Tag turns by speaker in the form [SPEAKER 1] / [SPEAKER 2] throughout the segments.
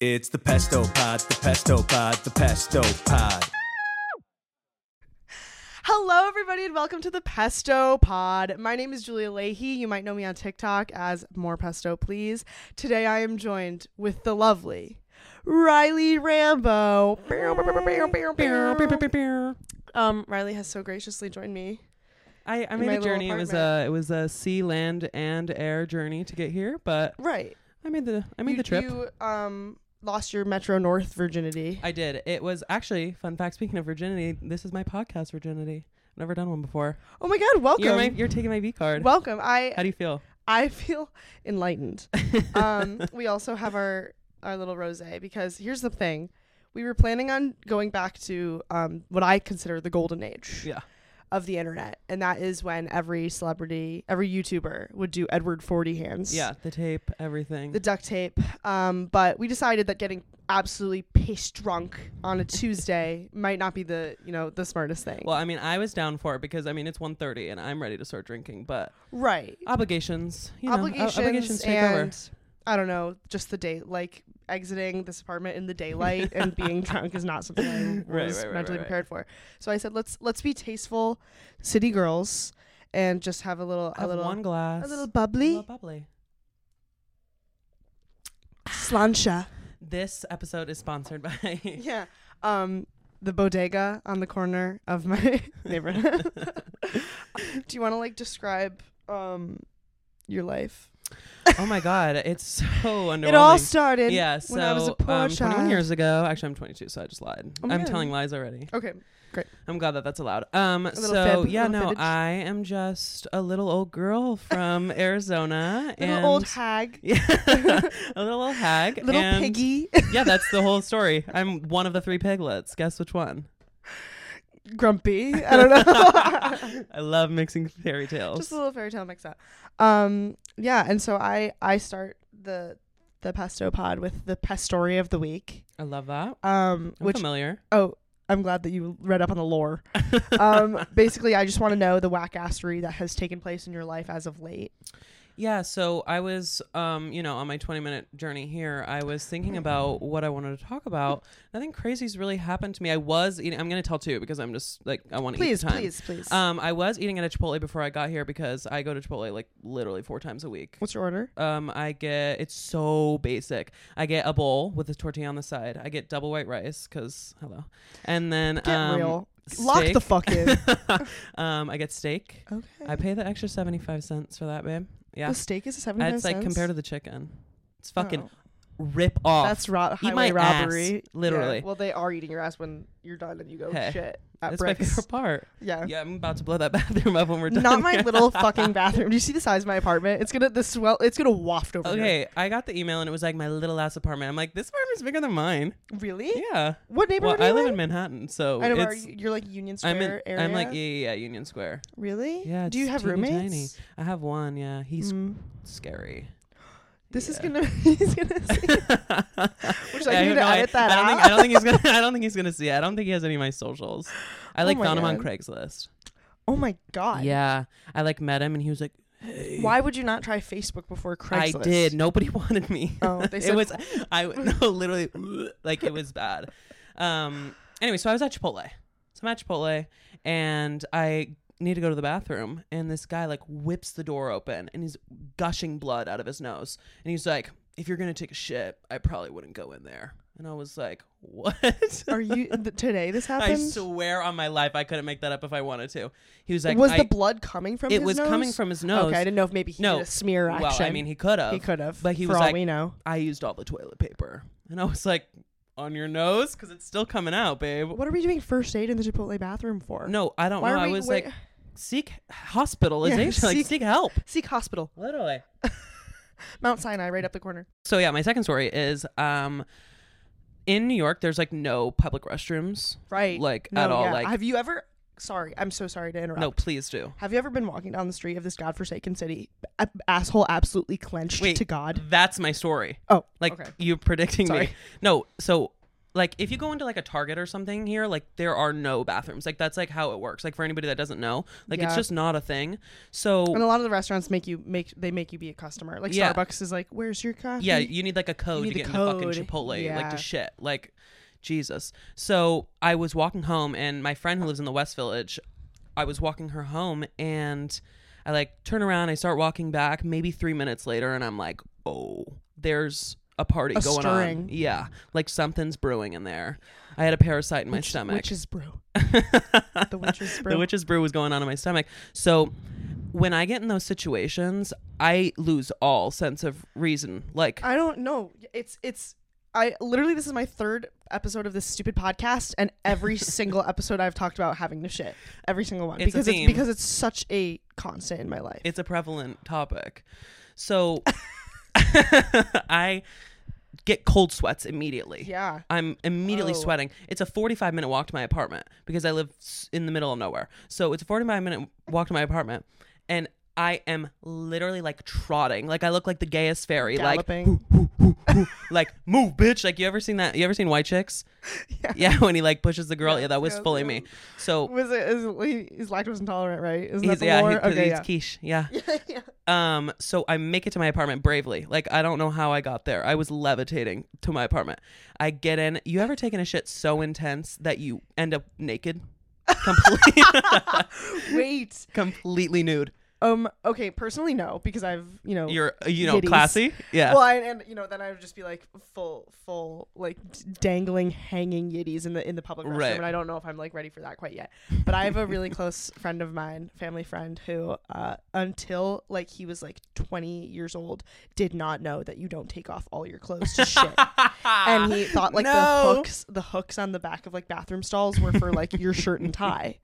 [SPEAKER 1] It's the Pesto Pod, the Pesto Pod, the Pesto Pod.
[SPEAKER 2] Hello, everybody, and welcome to the Pesto Pod. My name is Julia Leahy. You might know me on TikTok as More Pesto, Please. Today, I am joined with the lovely Riley Rambo. Um, Riley has so graciously joined me.
[SPEAKER 3] I, I
[SPEAKER 2] In
[SPEAKER 3] made
[SPEAKER 2] my
[SPEAKER 3] a
[SPEAKER 2] little
[SPEAKER 3] journey. It was a
[SPEAKER 2] apartment.
[SPEAKER 3] it was a sea, land, and air journey to get here, but
[SPEAKER 2] Right.
[SPEAKER 3] I made the I made
[SPEAKER 2] You-
[SPEAKER 3] the trip.
[SPEAKER 2] You um lost your Metro North virginity.
[SPEAKER 3] I did. It was actually fun fact. Speaking of virginity, this is my podcast virginity. I've never done one before.
[SPEAKER 2] Oh my God! Welcome.
[SPEAKER 3] You're my, you're taking my V card.
[SPEAKER 2] welcome. I
[SPEAKER 3] How do you feel?
[SPEAKER 2] I feel enlightened. um, we also have our our little rosé because here's the thing: we were planning on going back to um, what I consider the golden age
[SPEAKER 3] Yeah.
[SPEAKER 2] of the internet, and that is when every celebrity, every YouTuber would do Edward Forty hands,
[SPEAKER 3] Yeah, the tape, everything.
[SPEAKER 2] the duct tape. Um, but we decided that getting absolutely pissed drunk on a Tuesday might not be the you know the smartest thing.
[SPEAKER 3] well, I mean, I was down for it because I mean it's 1.30 and I'm ready to start drinking, but
[SPEAKER 2] right.
[SPEAKER 3] obligations, you know, o-
[SPEAKER 2] obligations,
[SPEAKER 3] obligations take
[SPEAKER 2] and
[SPEAKER 3] over.
[SPEAKER 2] I don't know, just the day like exiting this apartment in the daylight and being drunk is not something I was
[SPEAKER 3] Right, right,
[SPEAKER 2] mentally
[SPEAKER 3] right, right, right.
[SPEAKER 2] prepared for. So I said, let's let's be tasteful, city girls, and just have a little a
[SPEAKER 3] Have
[SPEAKER 2] little
[SPEAKER 3] one glass.
[SPEAKER 2] a little
[SPEAKER 3] a
[SPEAKER 2] bubbly
[SPEAKER 3] little bubbly.
[SPEAKER 2] slancha.
[SPEAKER 3] This episode is sponsored by
[SPEAKER 2] Yeah. Um, the bodega on the corner of my neighborhood. Do you want to like describe um your life?
[SPEAKER 3] Oh my god, it's so underwhelming.
[SPEAKER 2] It all started
[SPEAKER 3] yeah, so
[SPEAKER 2] when I was a poor
[SPEAKER 3] um, 21
[SPEAKER 2] child.
[SPEAKER 3] years ago. Actually, I'm 22, so I just lied.
[SPEAKER 2] Oh my
[SPEAKER 3] I'm
[SPEAKER 2] God.
[SPEAKER 3] telling lies already.
[SPEAKER 2] Okay.
[SPEAKER 3] I'm glad that that's allowed. Um,
[SPEAKER 2] little
[SPEAKER 3] so
[SPEAKER 2] fib,
[SPEAKER 3] yeah,
[SPEAKER 2] little
[SPEAKER 3] no,
[SPEAKER 2] fibbage.
[SPEAKER 3] I am just a little old girl from Arizona and
[SPEAKER 2] Little old hag.
[SPEAKER 3] yeah, a little old hag,
[SPEAKER 2] Little
[SPEAKER 3] and-
[SPEAKER 2] piggy.
[SPEAKER 3] yeah, that's the whole story. I'm one of the three piglets. Guess which one?
[SPEAKER 2] grumpy. I don't know.
[SPEAKER 3] I love mixing fairy tales.
[SPEAKER 2] Just a little fairy tale mix up. Um, yeah, and so I I start the the pesto pod with the pestory of the week.
[SPEAKER 3] I love that.
[SPEAKER 2] Um,
[SPEAKER 3] I'm
[SPEAKER 2] which
[SPEAKER 3] familiar.
[SPEAKER 2] oh, I'm glad that you read up on the lore. um, basically, I just want to know the whack assery that has taken place in your life as of late.
[SPEAKER 3] Yeah, so I was, um, you know, on my 20 minute journey here, I was thinking about what I wanted to talk about. Nothing crazy's really happened to me. I was eating, I'm going to tell two because I'm just like, I want to eat
[SPEAKER 2] Please,
[SPEAKER 3] the time.
[SPEAKER 2] please, please.
[SPEAKER 3] Um, I was eating at a Chipotle before I got here because I go to Chipotle like literally four times a week.
[SPEAKER 2] What's your order?
[SPEAKER 3] Um, I get, it's so basic. I get a bowl with a tortilla on the side. I get double white rice because, hello. And then,
[SPEAKER 2] Get
[SPEAKER 3] um,
[SPEAKER 2] real. Lock the
[SPEAKER 3] steak.
[SPEAKER 2] fuck in.
[SPEAKER 3] um, I get steak.
[SPEAKER 2] okay.
[SPEAKER 3] I pay the extra 75 cents for that, babe. Yeah.
[SPEAKER 2] The steak is a seventy.
[SPEAKER 3] It's like compared to the chicken. It's fucking
[SPEAKER 2] Oh.
[SPEAKER 3] rip off.
[SPEAKER 2] That's ro- highway
[SPEAKER 3] my ass,
[SPEAKER 2] robbery. Yeah,
[SPEAKER 3] literally.
[SPEAKER 2] well, they are eating your ass when you're done and you go
[SPEAKER 3] Hey,
[SPEAKER 2] shit. At
[SPEAKER 3] That's my
[SPEAKER 2] Bricks."
[SPEAKER 3] favorite part.
[SPEAKER 2] Yeah.
[SPEAKER 3] Yeah, I'm about to blow that bathroom up when we're done.
[SPEAKER 2] Not my
[SPEAKER 3] here.
[SPEAKER 2] little fucking bathroom. Do you see the size of my apartment? It's gonna the swell. It's gonna waft over. here.
[SPEAKER 3] Okay, I got the email and it was like my little ass apartment. I'm like, this apartment's bigger than mine.
[SPEAKER 2] Really?
[SPEAKER 3] Yeah.
[SPEAKER 2] What
[SPEAKER 3] Well,
[SPEAKER 2] Eh, neighborhood
[SPEAKER 3] I
[SPEAKER 2] are
[SPEAKER 3] live
[SPEAKER 2] you
[SPEAKER 3] in Manhattan, so
[SPEAKER 2] I know. but Are
[SPEAKER 3] it's.
[SPEAKER 2] you, you're like Union Square
[SPEAKER 3] I'm in.
[SPEAKER 2] area.
[SPEAKER 3] I'm like yeah, yeah, yeah, Union Square.
[SPEAKER 2] Really?
[SPEAKER 3] Yeah.
[SPEAKER 2] Do you
[SPEAKER 3] it's
[SPEAKER 2] have
[SPEAKER 3] teeny tiny.
[SPEAKER 2] roommates?
[SPEAKER 3] I have one. Yeah, he's
[SPEAKER 2] Mm.
[SPEAKER 3] scary.
[SPEAKER 2] This is
[SPEAKER 3] Yeah.
[SPEAKER 2] gonna. He's gonna. See. Which I
[SPEAKER 3] I
[SPEAKER 2] need
[SPEAKER 3] don't
[SPEAKER 2] to
[SPEAKER 3] know, I-
[SPEAKER 2] edit that
[SPEAKER 3] I don't
[SPEAKER 2] out.
[SPEAKER 3] think- I don't think he's gonna. I don't think he's gonna see. It. I don't think he has any of my socials. I
[SPEAKER 2] Oh
[SPEAKER 3] like
[SPEAKER 2] my
[SPEAKER 3] found him on
[SPEAKER 2] God.
[SPEAKER 3] Craigslist.
[SPEAKER 2] oh my god.
[SPEAKER 3] Yeah, I like met him and he was like, "Hey."
[SPEAKER 2] Why would you not try Facebook before Craigslist?
[SPEAKER 3] I did. Nobody wanted me.
[SPEAKER 2] Oh, they said-
[SPEAKER 3] it was. I no, literally, like it was bad. Um. Anyway, so I was at Chipotle. So I'm at Chipotle, and I need to go to the bathroom, and this guy like whips the door open, and he's gushing blood out of his nose, and he's like, "If you're gonna take a shit, I probably wouldn't go in there." And I was like, "What?"
[SPEAKER 2] Are you th- today? This
[SPEAKER 3] I
[SPEAKER 2] happened.
[SPEAKER 3] swear on my life, I couldn't make that up if I wanted to. He was like,
[SPEAKER 2] was
[SPEAKER 3] I-
[SPEAKER 2] the blood coming from?
[SPEAKER 3] It
[SPEAKER 2] his
[SPEAKER 3] was coming
[SPEAKER 2] nose?
[SPEAKER 3] from his nose.
[SPEAKER 2] Okay, I didn't know if maybe he
[SPEAKER 3] No.
[SPEAKER 2] did a smear action.
[SPEAKER 3] Well, I mean, he could have.
[SPEAKER 2] he could have,
[SPEAKER 3] but he
[SPEAKER 2] for
[SPEAKER 3] was
[SPEAKER 2] all
[SPEAKER 3] like-
[SPEAKER 2] we know.
[SPEAKER 3] I used all the toilet paper. And I was like, on your nose? Because it's still coming out, babe.
[SPEAKER 2] What are we doing first aid in the Chipotle bathroom for?
[SPEAKER 3] No, I don't
[SPEAKER 2] Why
[SPEAKER 3] know.
[SPEAKER 2] are
[SPEAKER 3] I
[SPEAKER 2] we-
[SPEAKER 3] was
[SPEAKER 2] wait-
[SPEAKER 3] like, seek hospitalization,
[SPEAKER 2] seek-
[SPEAKER 3] like seek help.
[SPEAKER 2] Seek hospital,
[SPEAKER 3] Literally.
[SPEAKER 2] Mount Sinai, right up the corner.
[SPEAKER 3] So yeah, my second story is um in New York there's like no public restrooms.
[SPEAKER 2] Right.
[SPEAKER 3] Like
[SPEAKER 2] No,
[SPEAKER 3] at all.
[SPEAKER 2] yeah.
[SPEAKER 3] Like
[SPEAKER 2] have you ever? Sorry, I'm so sorry to interrupt.
[SPEAKER 3] no, please do.
[SPEAKER 2] Have you ever been walking down the street of this godforsaken city, a- asshole absolutely clenched
[SPEAKER 3] Wait.
[SPEAKER 2] to God?
[SPEAKER 3] That's my story.
[SPEAKER 2] Oh,
[SPEAKER 3] Like
[SPEAKER 2] okay.
[SPEAKER 3] you predicting
[SPEAKER 2] Sorry.
[SPEAKER 3] me. No, so like if you go into like a Target or something here, like there are no bathrooms. Like that's like how it works. Like for anybody that doesn't know, like it's
[SPEAKER 2] Yeah.
[SPEAKER 3] just not a thing. So
[SPEAKER 2] And a lot of the restaurants make you make they make you be a customer. Like
[SPEAKER 3] Yeah.
[SPEAKER 2] Starbucks is like, "Where's your coffee?"
[SPEAKER 3] Yeah, you need like a code
[SPEAKER 2] need
[SPEAKER 3] to
[SPEAKER 2] the
[SPEAKER 3] get in the
[SPEAKER 2] code.
[SPEAKER 3] fucking Chipotle, like
[SPEAKER 2] Yeah.
[SPEAKER 3] to shit. Like, Jesus. So I was walking home, and my friend who lives in the West Village, I was walking her home, and I like turn around, I start walking back. Maybe three minutes later, and I'm like, oh, there's a party
[SPEAKER 2] A
[SPEAKER 3] going
[SPEAKER 2] stirring.
[SPEAKER 3] on. Yeah, like something's brewing in there. I had a parasite in my stomach.
[SPEAKER 2] Witch's brew. The witch's brew.
[SPEAKER 3] the witch's brew was going on in my stomach. So when I get in those situations, I lose all sense of reason. Like
[SPEAKER 2] I don't know. It's it's I literally this is my third episode of this stupid podcast, and every single episode I've talked about having the shit. Every single one
[SPEAKER 3] It's a
[SPEAKER 2] because
[SPEAKER 3] theme.
[SPEAKER 2] it's because it's such a constant in my life.
[SPEAKER 3] it's a prevalent topic. So I get cold sweats immediately.
[SPEAKER 2] yeah.
[SPEAKER 3] I'm immediately
[SPEAKER 2] Oh.
[SPEAKER 3] sweating. It's a 45 minute walk to my apartment because I live s- in the middle of nowhere. So it's a 45 minute walk to my apartment and I am literally like trotting. Like I look like the gayest fairy.
[SPEAKER 2] Galloping.
[SPEAKER 3] Like like move bitch. Like you ever seen that? You ever seen White Chicks?
[SPEAKER 2] Yeah.
[SPEAKER 3] Yeah, when he like pushes the girl. Yeah, that was
[SPEAKER 2] yes,
[SPEAKER 3] fully
[SPEAKER 2] yes.
[SPEAKER 3] me. So
[SPEAKER 2] Was it? Is, he- he's lactose intolerant, right? Isn't
[SPEAKER 3] he's
[SPEAKER 2] that the
[SPEAKER 3] yeah,
[SPEAKER 2] lore?
[SPEAKER 3] he, 'cause
[SPEAKER 2] okay,
[SPEAKER 3] he's
[SPEAKER 2] yeah.
[SPEAKER 3] quiche. Yeah.
[SPEAKER 2] yeah.
[SPEAKER 3] Um, so I make it to my apartment bravely. Like I don't know how I got there. I was levitating to my apartment. I get in. You ever taken a shit so intense that you end up naked? Completely
[SPEAKER 2] Wait.
[SPEAKER 3] completely nude.
[SPEAKER 2] Um. Okay. Personally, no, because I've you know
[SPEAKER 3] You're uh, you know,
[SPEAKER 2] Giddies.
[SPEAKER 3] classy. Yeah.
[SPEAKER 2] Oh, Well, I, and you know, then I would just be like full, full, like d- dangling, hanging yiddies in the in the public restroom,
[SPEAKER 3] Right.
[SPEAKER 2] and I don't know if I'm like ready for that quite yet. But I have a really close friend of mine, family friend, who uh, until like he was like 20 years old, did not know that you don't take off all your clothes to shit. And he thought like
[SPEAKER 3] No.
[SPEAKER 2] the hooks, the hooks on the back of like bathroom stalls were for like your shirt and tie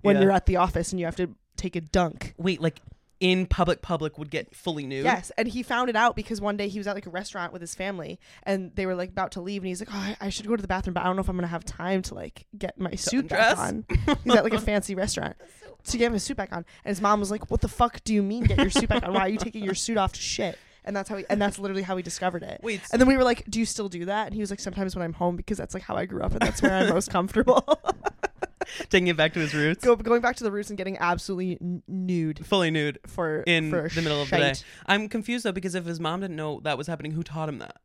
[SPEAKER 2] when
[SPEAKER 3] Yeah.
[SPEAKER 2] you're at the office and you have to take a dunk.
[SPEAKER 3] Wait, like in public public would get fully nude.
[SPEAKER 2] Yes, and he found it out because one day he was at like a restaurant with his family, and they were like about to leave, and he's like, "Oh, I, I should go to the bathroom, but I don't know if I'm gonna have time to like get my suit back
[SPEAKER 3] undress?
[SPEAKER 2] on." He's at like a fancy restaurant to get his suit back on, and his mom was like, "What the fuck do you mean get your suit back on? Why are you taking your suit off to shit?" And that's how he, and that's literally how he discovered it.
[SPEAKER 3] Wait.
[SPEAKER 2] And then we were like, "Do you still do that?" And he was like, "Sometimes when I'm home, because that's like how I grew up, and that's where I'm most comfortable."
[SPEAKER 3] Taking it back to his roots.
[SPEAKER 2] Go, going back to the roots and getting absolutely n- nude
[SPEAKER 3] Fully nude
[SPEAKER 2] for
[SPEAKER 3] in
[SPEAKER 2] for
[SPEAKER 3] the middle of the day.
[SPEAKER 2] shite.
[SPEAKER 3] I'm confused though because if his mom didn't know that was happening, who taught him that?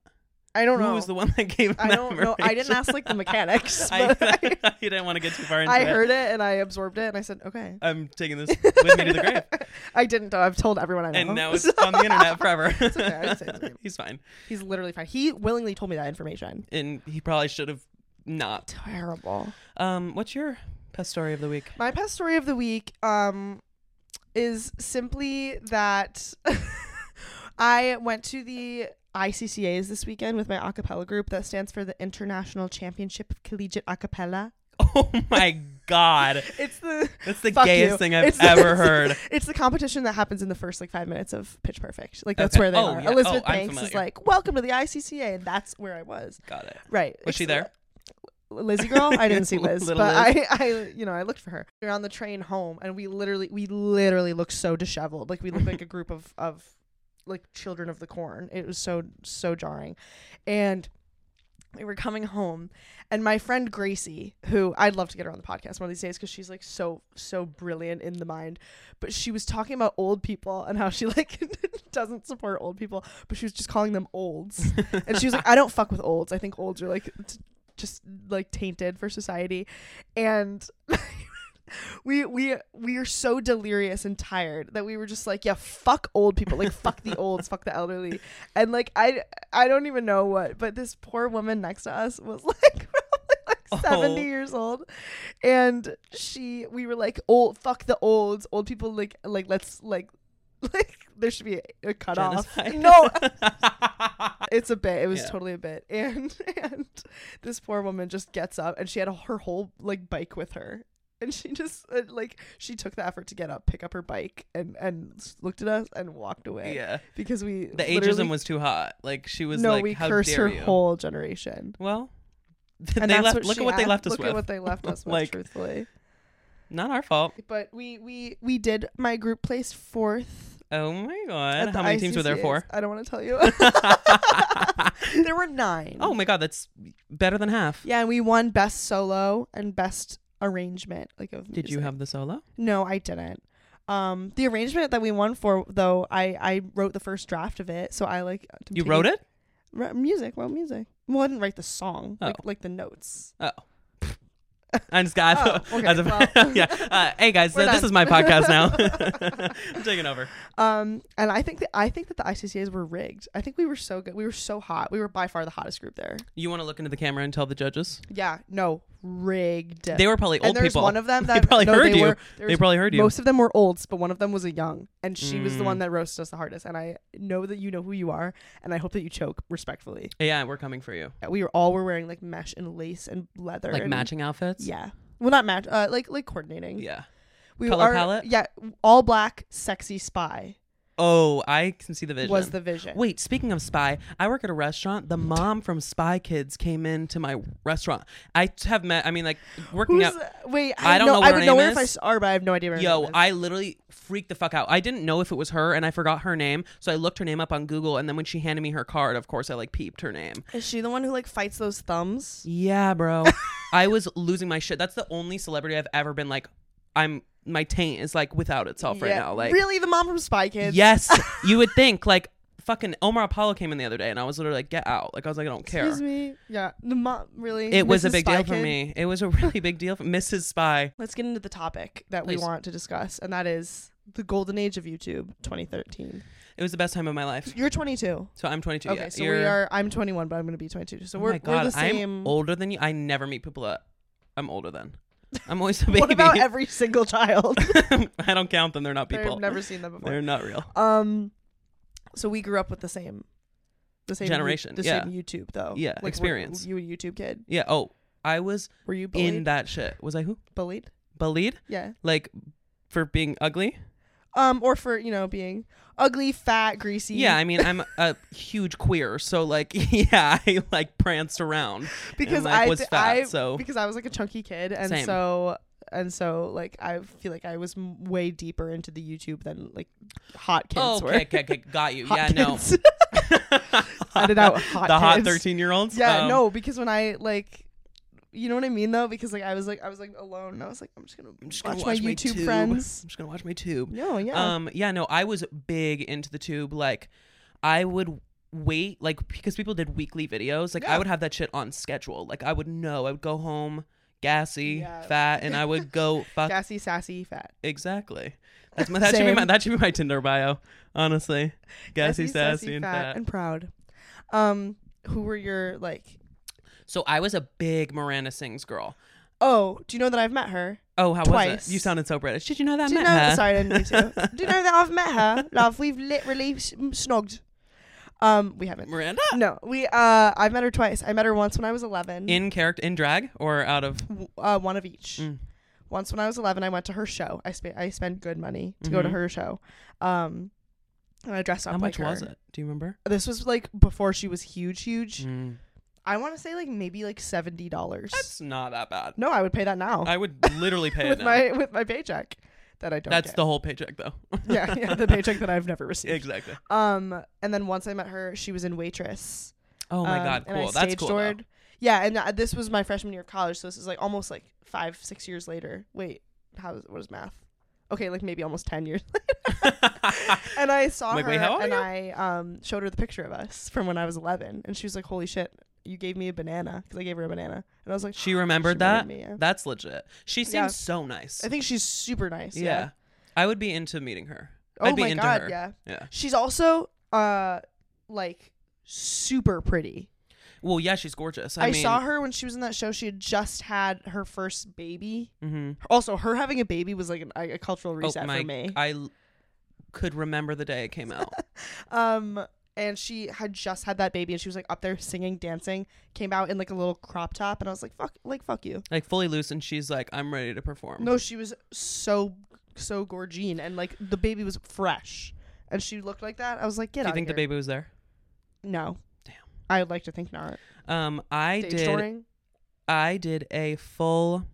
[SPEAKER 2] I don't
[SPEAKER 3] Who
[SPEAKER 2] know.
[SPEAKER 3] was the one that gave him
[SPEAKER 2] I
[SPEAKER 3] that
[SPEAKER 2] don't know. I didn't ask like the mechanics.
[SPEAKER 3] I,
[SPEAKER 2] But I,
[SPEAKER 3] you didn't want to get too far into
[SPEAKER 2] I
[SPEAKER 3] it.
[SPEAKER 2] heard it and I absorbed it and I said, okay.
[SPEAKER 3] I'm taking this with me to the grave.
[SPEAKER 2] I didn't know. I've told everyone I know.
[SPEAKER 3] And now it's on the internet forever.
[SPEAKER 2] okay, I didn't say his name.
[SPEAKER 3] He's fine.
[SPEAKER 2] He's literally fine. He willingly told me that information.
[SPEAKER 3] And he probably should have not.
[SPEAKER 2] Terrible.
[SPEAKER 3] Um, what's your pest story of the week?
[SPEAKER 2] My past story of the week um, is simply that I went to the ICCAs this weekend with my a cappella group that stands for the International Championship of Collegiate A Cappella.
[SPEAKER 3] Oh my god.
[SPEAKER 2] It's the
[SPEAKER 3] That's the
[SPEAKER 2] Fuck
[SPEAKER 3] gayest
[SPEAKER 2] you.
[SPEAKER 3] thing I've
[SPEAKER 2] It's-
[SPEAKER 3] ever
[SPEAKER 2] it's-
[SPEAKER 3] heard.
[SPEAKER 2] It's the competition that happens in the first like five minutes of Pitch Perfect. Like that's
[SPEAKER 3] Okay.
[SPEAKER 2] where they
[SPEAKER 3] Oh,
[SPEAKER 2] are.
[SPEAKER 3] yeah.
[SPEAKER 2] Elizabeth
[SPEAKER 3] Oh, I'm
[SPEAKER 2] Banks is
[SPEAKER 3] familiar.
[SPEAKER 2] like, "Welcome to the ICCA," and that's where I was.
[SPEAKER 3] Got it.
[SPEAKER 2] Right?
[SPEAKER 3] Was she
[SPEAKER 2] It's-
[SPEAKER 3] there?
[SPEAKER 2] Lizzie girl? I didn't see Liz,
[SPEAKER 3] Little
[SPEAKER 2] but I, I, you know, I looked for her. We were on the train home, and we literally, we literally looked so disheveled. Like we looked like a group of of like children of the corn. It was so so jarring, and we were coming home, and my friend Gracie, who I'd love to get her on the podcast one of these days because she's like so so brilliant in the mind, but she was talking about old people and how she like doesn't support old people, but she was just calling them olds, and she was like, I don't fuck with olds. I think olds are like. t- just like tainted for society and we we we are so delirious and tired that we were just like yeah fuck old people like fuck the olds fuck the elderly and like i i don't even know what but this poor woman next to us was like probably like 70
[SPEAKER 3] Oh.
[SPEAKER 2] years old and she we were like old fuck the olds old people like like let's like like there should be a, a cutoff
[SPEAKER 3] Genocide.
[SPEAKER 2] no it's a bit. It was
[SPEAKER 3] Yeah.
[SPEAKER 2] totally a bit. And and this poor woman just gets up and she had her whole like bike with her. And she just uh, like she took the effort to get up, pick up her bike and and s- looked at us and walked away.
[SPEAKER 3] yeah.
[SPEAKER 2] Because we
[SPEAKER 3] The
[SPEAKER 2] literally-
[SPEAKER 3] ageism was too hot. Like she was
[SPEAKER 2] No,
[SPEAKER 3] like,
[SPEAKER 2] we
[SPEAKER 3] how
[SPEAKER 2] cursed
[SPEAKER 3] dare
[SPEAKER 2] her
[SPEAKER 3] you?
[SPEAKER 2] whole generation.
[SPEAKER 3] well,
[SPEAKER 2] And
[SPEAKER 3] they
[SPEAKER 2] that's
[SPEAKER 3] left.
[SPEAKER 2] what
[SPEAKER 3] Look
[SPEAKER 2] she
[SPEAKER 3] at what they
[SPEAKER 2] had-
[SPEAKER 3] left us
[SPEAKER 2] Look
[SPEAKER 3] with.
[SPEAKER 2] at what they left us with,
[SPEAKER 3] Like-
[SPEAKER 2] truthfully.
[SPEAKER 3] Not our fault.
[SPEAKER 2] But we we we did my group placed fourth
[SPEAKER 3] Oh my
[SPEAKER 2] at
[SPEAKER 3] god.
[SPEAKER 2] the
[SPEAKER 3] How many teams were there
[SPEAKER 2] ICCAs.
[SPEAKER 3] for?
[SPEAKER 2] I don't want to tell you. there were nine.
[SPEAKER 3] Oh my god, that's better than half.
[SPEAKER 2] yeah, and we won best solo and best arrangement. Like, of
[SPEAKER 3] Did you
[SPEAKER 2] music.
[SPEAKER 3] have the solo?
[SPEAKER 2] No, I didn't. Um, the arrangement that we won for though, I I wrote the first draft of it, so I like
[SPEAKER 3] You wrote it?
[SPEAKER 2] Re- music, well, music. Well, I didn't write the song, like
[SPEAKER 3] Oh.
[SPEAKER 2] like the notes.
[SPEAKER 3] Oh. I just got
[SPEAKER 2] Oh, okay,
[SPEAKER 3] as a-
[SPEAKER 2] well.
[SPEAKER 3] yeah. Uh, hey guys,
[SPEAKER 2] We're
[SPEAKER 3] uh, this
[SPEAKER 2] done.
[SPEAKER 3] is my podcast now. I'm taking over.
[SPEAKER 2] Um, and I think that I think that the ICCAs were rigged. I think we were so good. We were so hot. We were by far the hottest group there.
[SPEAKER 3] You want to look into the camera and tell the judges?
[SPEAKER 2] Yeah, no, rigged.
[SPEAKER 3] They were probably
[SPEAKER 2] and
[SPEAKER 3] old
[SPEAKER 2] there's
[SPEAKER 3] people.
[SPEAKER 2] one of them
[SPEAKER 3] they
[SPEAKER 2] that
[SPEAKER 3] probably
[SPEAKER 2] no,
[SPEAKER 3] heard
[SPEAKER 2] they
[SPEAKER 3] you.
[SPEAKER 2] Were, there
[SPEAKER 3] they
[SPEAKER 2] was-
[SPEAKER 3] probably heard you.
[SPEAKER 2] most of them were olds, but one of them was a young, and she was the
[SPEAKER 3] Mm.
[SPEAKER 2] one that roasted us the hardest. And I know that you know who you are, and I hope that you choke respectfully. Uh,
[SPEAKER 3] yeah, we're coming for you.
[SPEAKER 2] we were all were wearing like mesh and lace and leather
[SPEAKER 3] Like
[SPEAKER 2] and-
[SPEAKER 3] matching outfits.
[SPEAKER 2] yeah well not match uh, like like coordinating
[SPEAKER 3] Yeah.
[SPEAKER 2] we
[SPEAKER 3] Color palette?
[SPEAKER 2] yeah all black sexy spy
[SPEAKER 3] Oh, I can see the vision.
[SPEAKER 2] was the vision
[SPEAKER 3] Wait, speaking of Spy, I work at a restaurant. The mom from Spy Kids came into my restaurant. I t- have met, I mean, like, working
[SPEAKER 2] Who's,
[SPEAKER 3] out.
[SPEAKER 2] wait
[SPEAKER 3] I
[SPEAKER 2] I,
[SPEAKER 3] don't
[SPEAKER 2] know,
[SPEAKER 3] know what
[SPEAKER 2] I
[SPEAKER 3] her
[SPEAKER 2] would know
[SPEAKER 3] name
[SPEAKER 2] her if I
[SPEAKER 3] is.
[SPEAKER 2] saw her but I have no idea where her
[SPEAKER 3] Yo,
[SPEAKER 2] name is.
[SPEAKER 3] I literally freaked the fuck out. I didn't know if it was her, and I forgot her name. So I looked her name up on Google, and then when she handed me her card, of course, I like peeped her name.
[SPEAKER 2] is she the one who like fights those thumbs
[SPEAKER 3] Yeah, bro. I was losing my shit. That's the only celebrity I've ever been like, I'm, my taint is like without itself right
[SPEAKER 2] Yeah.
[SPEAKER 3] now. Like,
[SPEAKER 2] really the mom from Spy Kids
[SPEAKER 3] yes, you would think, like, fucking Omar Apollo came in the other day, and I was literally like, get out. Like, I was like, I don't care.
[SPEAKER 2] excuse me yeah the mom really
[SPEAKER 3] It was a
[SPEAKER 2] Mrs.
[SPEAKER 3] big
[SPEAKER 2] Spy
[SPEAKER 3] deal for
[SPEAKER 2] Kid?
[SPEAKER 3] me. It was a really big deal for Mrs. Spy.
[SPEAKER 2] let's get into the topic that
[SPEAKER 3] Please.
[SPEAKER 2] we want to discuss and that is the golden age of YouTube 2013
[SPEAKER 3] It was the best time of my life.
[SPEAKER 2] you're 22
[SPEAKER 3] So I'm 22.
[SPEAKER 2] Okay,
[SPEAKER 3] yeah.
[SPEAKER 2] so
[SPEAKER 3] You're-
[SPEAKER 2] we are. I'm 21, but I'm going to be 22. So
[SPEAKER 3] Oh
[SPEAKER 2] we're,
[SPEAKER 3] my
[SPEAKER 2] we're
[SPEAKER 3] God,
[SPEAKER 2] the same.
[SPEAKER 3] I'm older than you. I never meet people that I'm older than. I'm always a baby.
[SPEAKER 2] What about every single child?
[SPEAKER 3] I don't count them. They're not people.
[SPEAKER 2] I've never seen them before.
[SPEAKER 3] They're not real.
[SPEAKER 2] Um, so we grew up with the same, the same you-
[SPEAKER 3] Generation,
[SPEAKER 2] the
[SPEAKER 3] yeah.
[SPEAKER 2] same YouTube though.
[SPEAKER 3] Yeah,
[SPEAKER 2] were-
[SPEAKER 3] experience.
[SPEAKER 2] You a YouTube kid?
[SPEAKER 3] Yeah. Oh, I was
[SPEAKER 2] Were you bullied?
[SPEAKER 3] in that shit. Was I who?
[SPEAKER 2] bullied?
[SPEAKER 3] Bullied?
[SPEAKER 2] Yeah.
[SPEAKER 3] Like for being ugly?
[SPEAKER 2] Um, or for you know being ugly, fat, greasy.
[SPEAKER 3] Yeah. I mean, I'm a huge queer. So, like, yeah, I like pranced around.
[SPEAKER 2] because
[SPEAKER 3] like,
[SPEAKER 2] I
[SPEAKER 3] was
[SPEAKER 2] thi-
[SPEAKER 3] fat,
[SPEAKER 2] I-
[SPEAKER 3] so-
[SPEAKER 2] because I was like a chunky kid, and
[SPEAKER 3] Same.
[SPEAKER 2] so and so like I feel like I was m- way deeper into the YouTube than like hot kids
[SPEAKER 3] Oh,
[SPEAKER 2] were.
[SPEAKER 3] okay, okay, okay. Got you.
[SPEAKER 2] Hot
[SPEAKER 3] yeah, no.
[SPEAKER 2] kids. Edit out hot
[SPEAKER 3] the hot um,
[SPEAKER 2] kids.
[SPEAKER 3] 13 year olds
[SPEAKER 2] Yeah, no, because when I like, you know what I mean though, because like I was like I was like alone, and I was like I'm just gonna,
[SPEAKER 3] I'm just
[SPEAKER 2] watch,
[SPEAKER 3] gonna watch
[SPEAKER 2] my
[SPEAKER 3] my
[SPEAKER 2] YouTube
[SPEAKER 3] tube.
[SPEAKER 2] friends.
[SPEAKER 3] I'm just gonna watch my tube.
[SPEAKER 2] No, yeah,
[SPEAKER 3] Um, yeah, no, I was big into the tube. Like, I would wait, like, because people did weekly videos. Like, I
[SPEAKER 2] Yeah.
[SPEAKER 3] would have that shit on schedule. Like, I would know. I would go home gassy,
[SPEAKER 2] Yeah.
[SPEAKER 3] fat, and I would go fuck
[SPEAKER 2] gassy, sassy, fat,
[SPEAKER 3] exactly. That's my, that should be
[SPEAKER 2] Same.
[SPEAKER 3] my that should be my Tinder bio, honestly. Gassy, sassy, and fat.
[SPEAKER 2] and proud. Um, who were your like?
[SPEAKER 3] So I was a big Miranda Sings girl.
[SPEAKER 2] Oh, do you know that I've met her?
[SPEAKER 3] Oh, how was
[SPEAKER 2] Twice.
[SPEAKER 3] it? You sounded so British. Did you know that? I
[SPEAKER 2] Do you
[SPEAKER 3] met
[SPEAKER 2] know?
[SPEAKER 3] her?
[SPEAKER 2] Sorry, I didn't mean to. Do you know that I've met her? Love, we've literally s- snogged. Um, we haven't.
[SPEAKER 3] Miranda
[SPEAKER 2] No, we. Uh, I've met her twice. I met her once when I was 11.
[SPEAKER 3] in character in drag or out of
[SPEAKER 2] w- uh, one of each.
[SPEAKER 3] Mm.
[SPEAKER 2] Once when I was 11, I went to her show. I sp- I spent good money to go to
[SPEAKER 3] Mhm.
[SPEAKER 2] her show. Um, and I dressed up.
[SPEAKER 3] how
[SPEAKER 2] like
[SPEAKER 3] much was
[SPEAKER 2] her.
[SPEAKER 3] it? Mm. Do you remember?
[SPEAKER 2] This was like before she was huge, huge. I want to say like maybe like seventy dollars.
[SPEAKER 3] That's not that bad.
[SPEAKER 2] No, I would pay that now
[SPEAKER 3] I would literally pay it
[SPEAKER 2] Oh. with
[SPEAKER 3] now.
[SPEAKER 2] my with my paycheck that I don't.
[SPEAKER 3] That's
[SPEAKER 2] get.
[SPEAKER 3] the whole paycheck though.
[SPEAKER 2] yeah yeah the paycheck that I've never received.
[SPEAKER 3] exactly.
[SPEAKER 2] Um, and then once I met her, she was in waitress.
[SPEAKER 3] Oh my
[SPEAKER 2] um,
[SPEAKER 3] god,
[SPEAKER 2] and I
[SPEAKER 3] cool. That's
[SPEAKER 2] stage
[SPEAKER 3] cool. though.
[SPEAKER 2] doored. Yeah, and uh, this was my freshman year of college, so this is like almost like five, six years later. Wait, how is what is math? Okay, like maybe almost ten years. and I saw
[SPEAKER 3] Like,
[SPEAKER 2] her,
[SPEAKER 3] wait, how old are
[SPEAKER 2] and
[SPEAKER 3] you?
[SPEAKER 2] I um, showed her the picture of us from when I was eleven, and she was like, "Holy shit, you gave me a banana!" Because I gave her a banana, and I was like, "Ah,
[SPEAKER 3] She remembered that.
[SPEAKER 2] me, yeah.
[SPEAKER 3] That's legit. She seems
[SPEAKER 2] Yeah.
[SPEAKER 3] so nice.
[SPEAKER 2] I think she's super nice.
[SPEAKER 3] yeah.
[SPEAKER 2] Yeah.
[SPEAKER 3] I would be into meeting her.
[SPEAKER 2] Oh
[SPEAKER 3] I'd be
[SPEAKER 2] my
[SPEAKER 3] into
[SPEAKER 2] god,
[SPEAKER 3] her.
[SPEAKER 2] yeah.
[SPEAKER 3] Yeah.
[SPEAKER 2] She's also uh like super pretty.
[SPEAKER 3] Well, yeah, she's gorgeous. I,
[SPEAKER 2] I,
[SPEAKER 3] mean,
[SPEAKER 2] saw her when she was in that show. She had just had her first baby.
[SPEAKER 3] hmm
[SPEAKER 2] Also, her having a baby was like an, a cultural reset
[SPEAKER 3] oh my,
[SPEAKER 2] for me.
[SPEAKER 3] I l- could remember the day it came out.
[SPEAKER 2] um, and she had just had that baby, and she was like up there singing, dancing. Came out in like a little crop top, and I was like, "Fuck, like fuck you."
[SPEAKER 3] like fully loose, and she's like, "I'm ready to perform."
[SPEAKER 2] No, she was so so gorgine, and like the baby was fresh, and she looked like that. I was like, "Get
[SPEAKER 3] Do
[SPEAKER 2] out
[SPEAKER 3] you think the
[SPEAKER 2] here."
[SPEAKER 3] baby was there?
[SPEAKER 2] No.
[SPEAKER 3] Damn.
[SPEAKER 2] I would like to think not.
[SPEAKER 3] Um, I
[SPEAKER 2] Stage
[SPEAKER 3] did.
[SPEAKER 2] dooring?
[SPEAKER 3] I did a full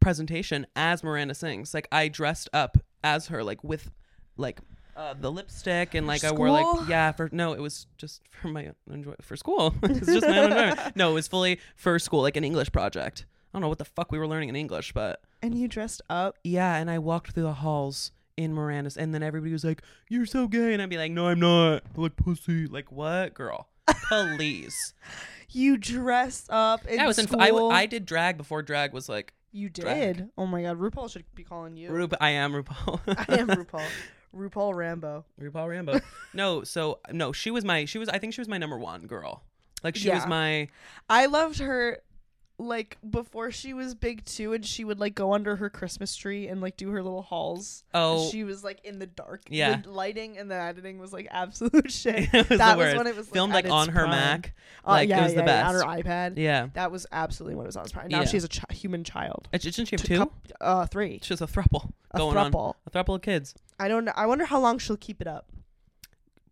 [SPEAKER 3] presentation as Miranda sings. Like I dressed up as her, like with like uh, the lipstick and like I wore
[SPEAKER 2] school?
[SPEAKER 3] like yeah for no it was just for my own enjoy for school it's just my own enjoyment no it was fully for school like an English project I don't know what the fuck we were learning in English but
[SPEAKER 2] And you dressed up.
[SPEAKER 3] yeah and I walked through the halls in Miranda's and then everybody was like you're so gay and I'd be like no I'm not I look pussy like what girl please
[SPEAKER 2] You dressed up in
[SPEAKER 3] yeah, I was in
[SPEAKER 2] school.
[SPEAKER 3] I, w- I did drag before drag was like
[SPEAKER 2] you did.
[SPEAKER 3] drag.
[SPEAKER 2] Oh my god, RuPaul should be calling you.
[SPEAKER 3] Ru- I am RuPaul
[SPEAKER 2] I am RuPaul. RuPaul Rambo.
[SPEAKER 3] RuPaul Rambo. no, so no, she was my she was I think she was my number one girl. Like she was
[SPEAKER 2] Yeah.
[SPEAKER 3] my
[SPEAKER 2] I loved her like before she was big too and she would like go under her Christmas tree and like do her little hauls. And
[SPEAKER 3] oh
[SPEAKER 2] She was like in the dark.
[SPEAKER 3] Yeah.
[SPEAKER 2] The lighting and the editing was like absolute shit.
[SPEAKER 3] it was
[SPEAKER 2] that was
[SPEAKER 3] the worst.
[SPEAKER 2] when it was like,
[SPEAKER 3] filmed
[SPEAKER 2] at
[SPEAKER 3] like
[SPEAKER 2] its
[SPEAKER 3] on her
[SPEAKER 2] prime.
[SPEAKER 3] Mac.
[SPEAKER 2] Uh,
[SPEAKER 3] like
[SPEAKER 2] yeah,
[SPEAKER 3] it was
[SPEAKER 2] yeah,
[SPEAKER 3] the
[SPEAKER 2] yeah, on
[SPEAKER 3] best.
[SPEAKER 2] her iPad.
[SPEAKER 3] Yeah.
[SPEAKER 2] That was absolutely when it was on its prime. Now
[SPEAKER 3] Yeah.
[SPEAKER 2] she's a chi- human child.
[SPEAKER 3] And Didn't she have
[SPEAKER 2] T-
[SPEAKER 3] two?
[SPEAKER 2] coup- uh, three.
[SPEAKER 3] She was a thruple
[SPEAKER 2] A
[SPEAKER 3] going on.
[SPEAKER 2] throuple.
[SPEAKER 3] A thruple of kids.
[SPEAKER 2] I don't know. I wonder how long she'll keep it up.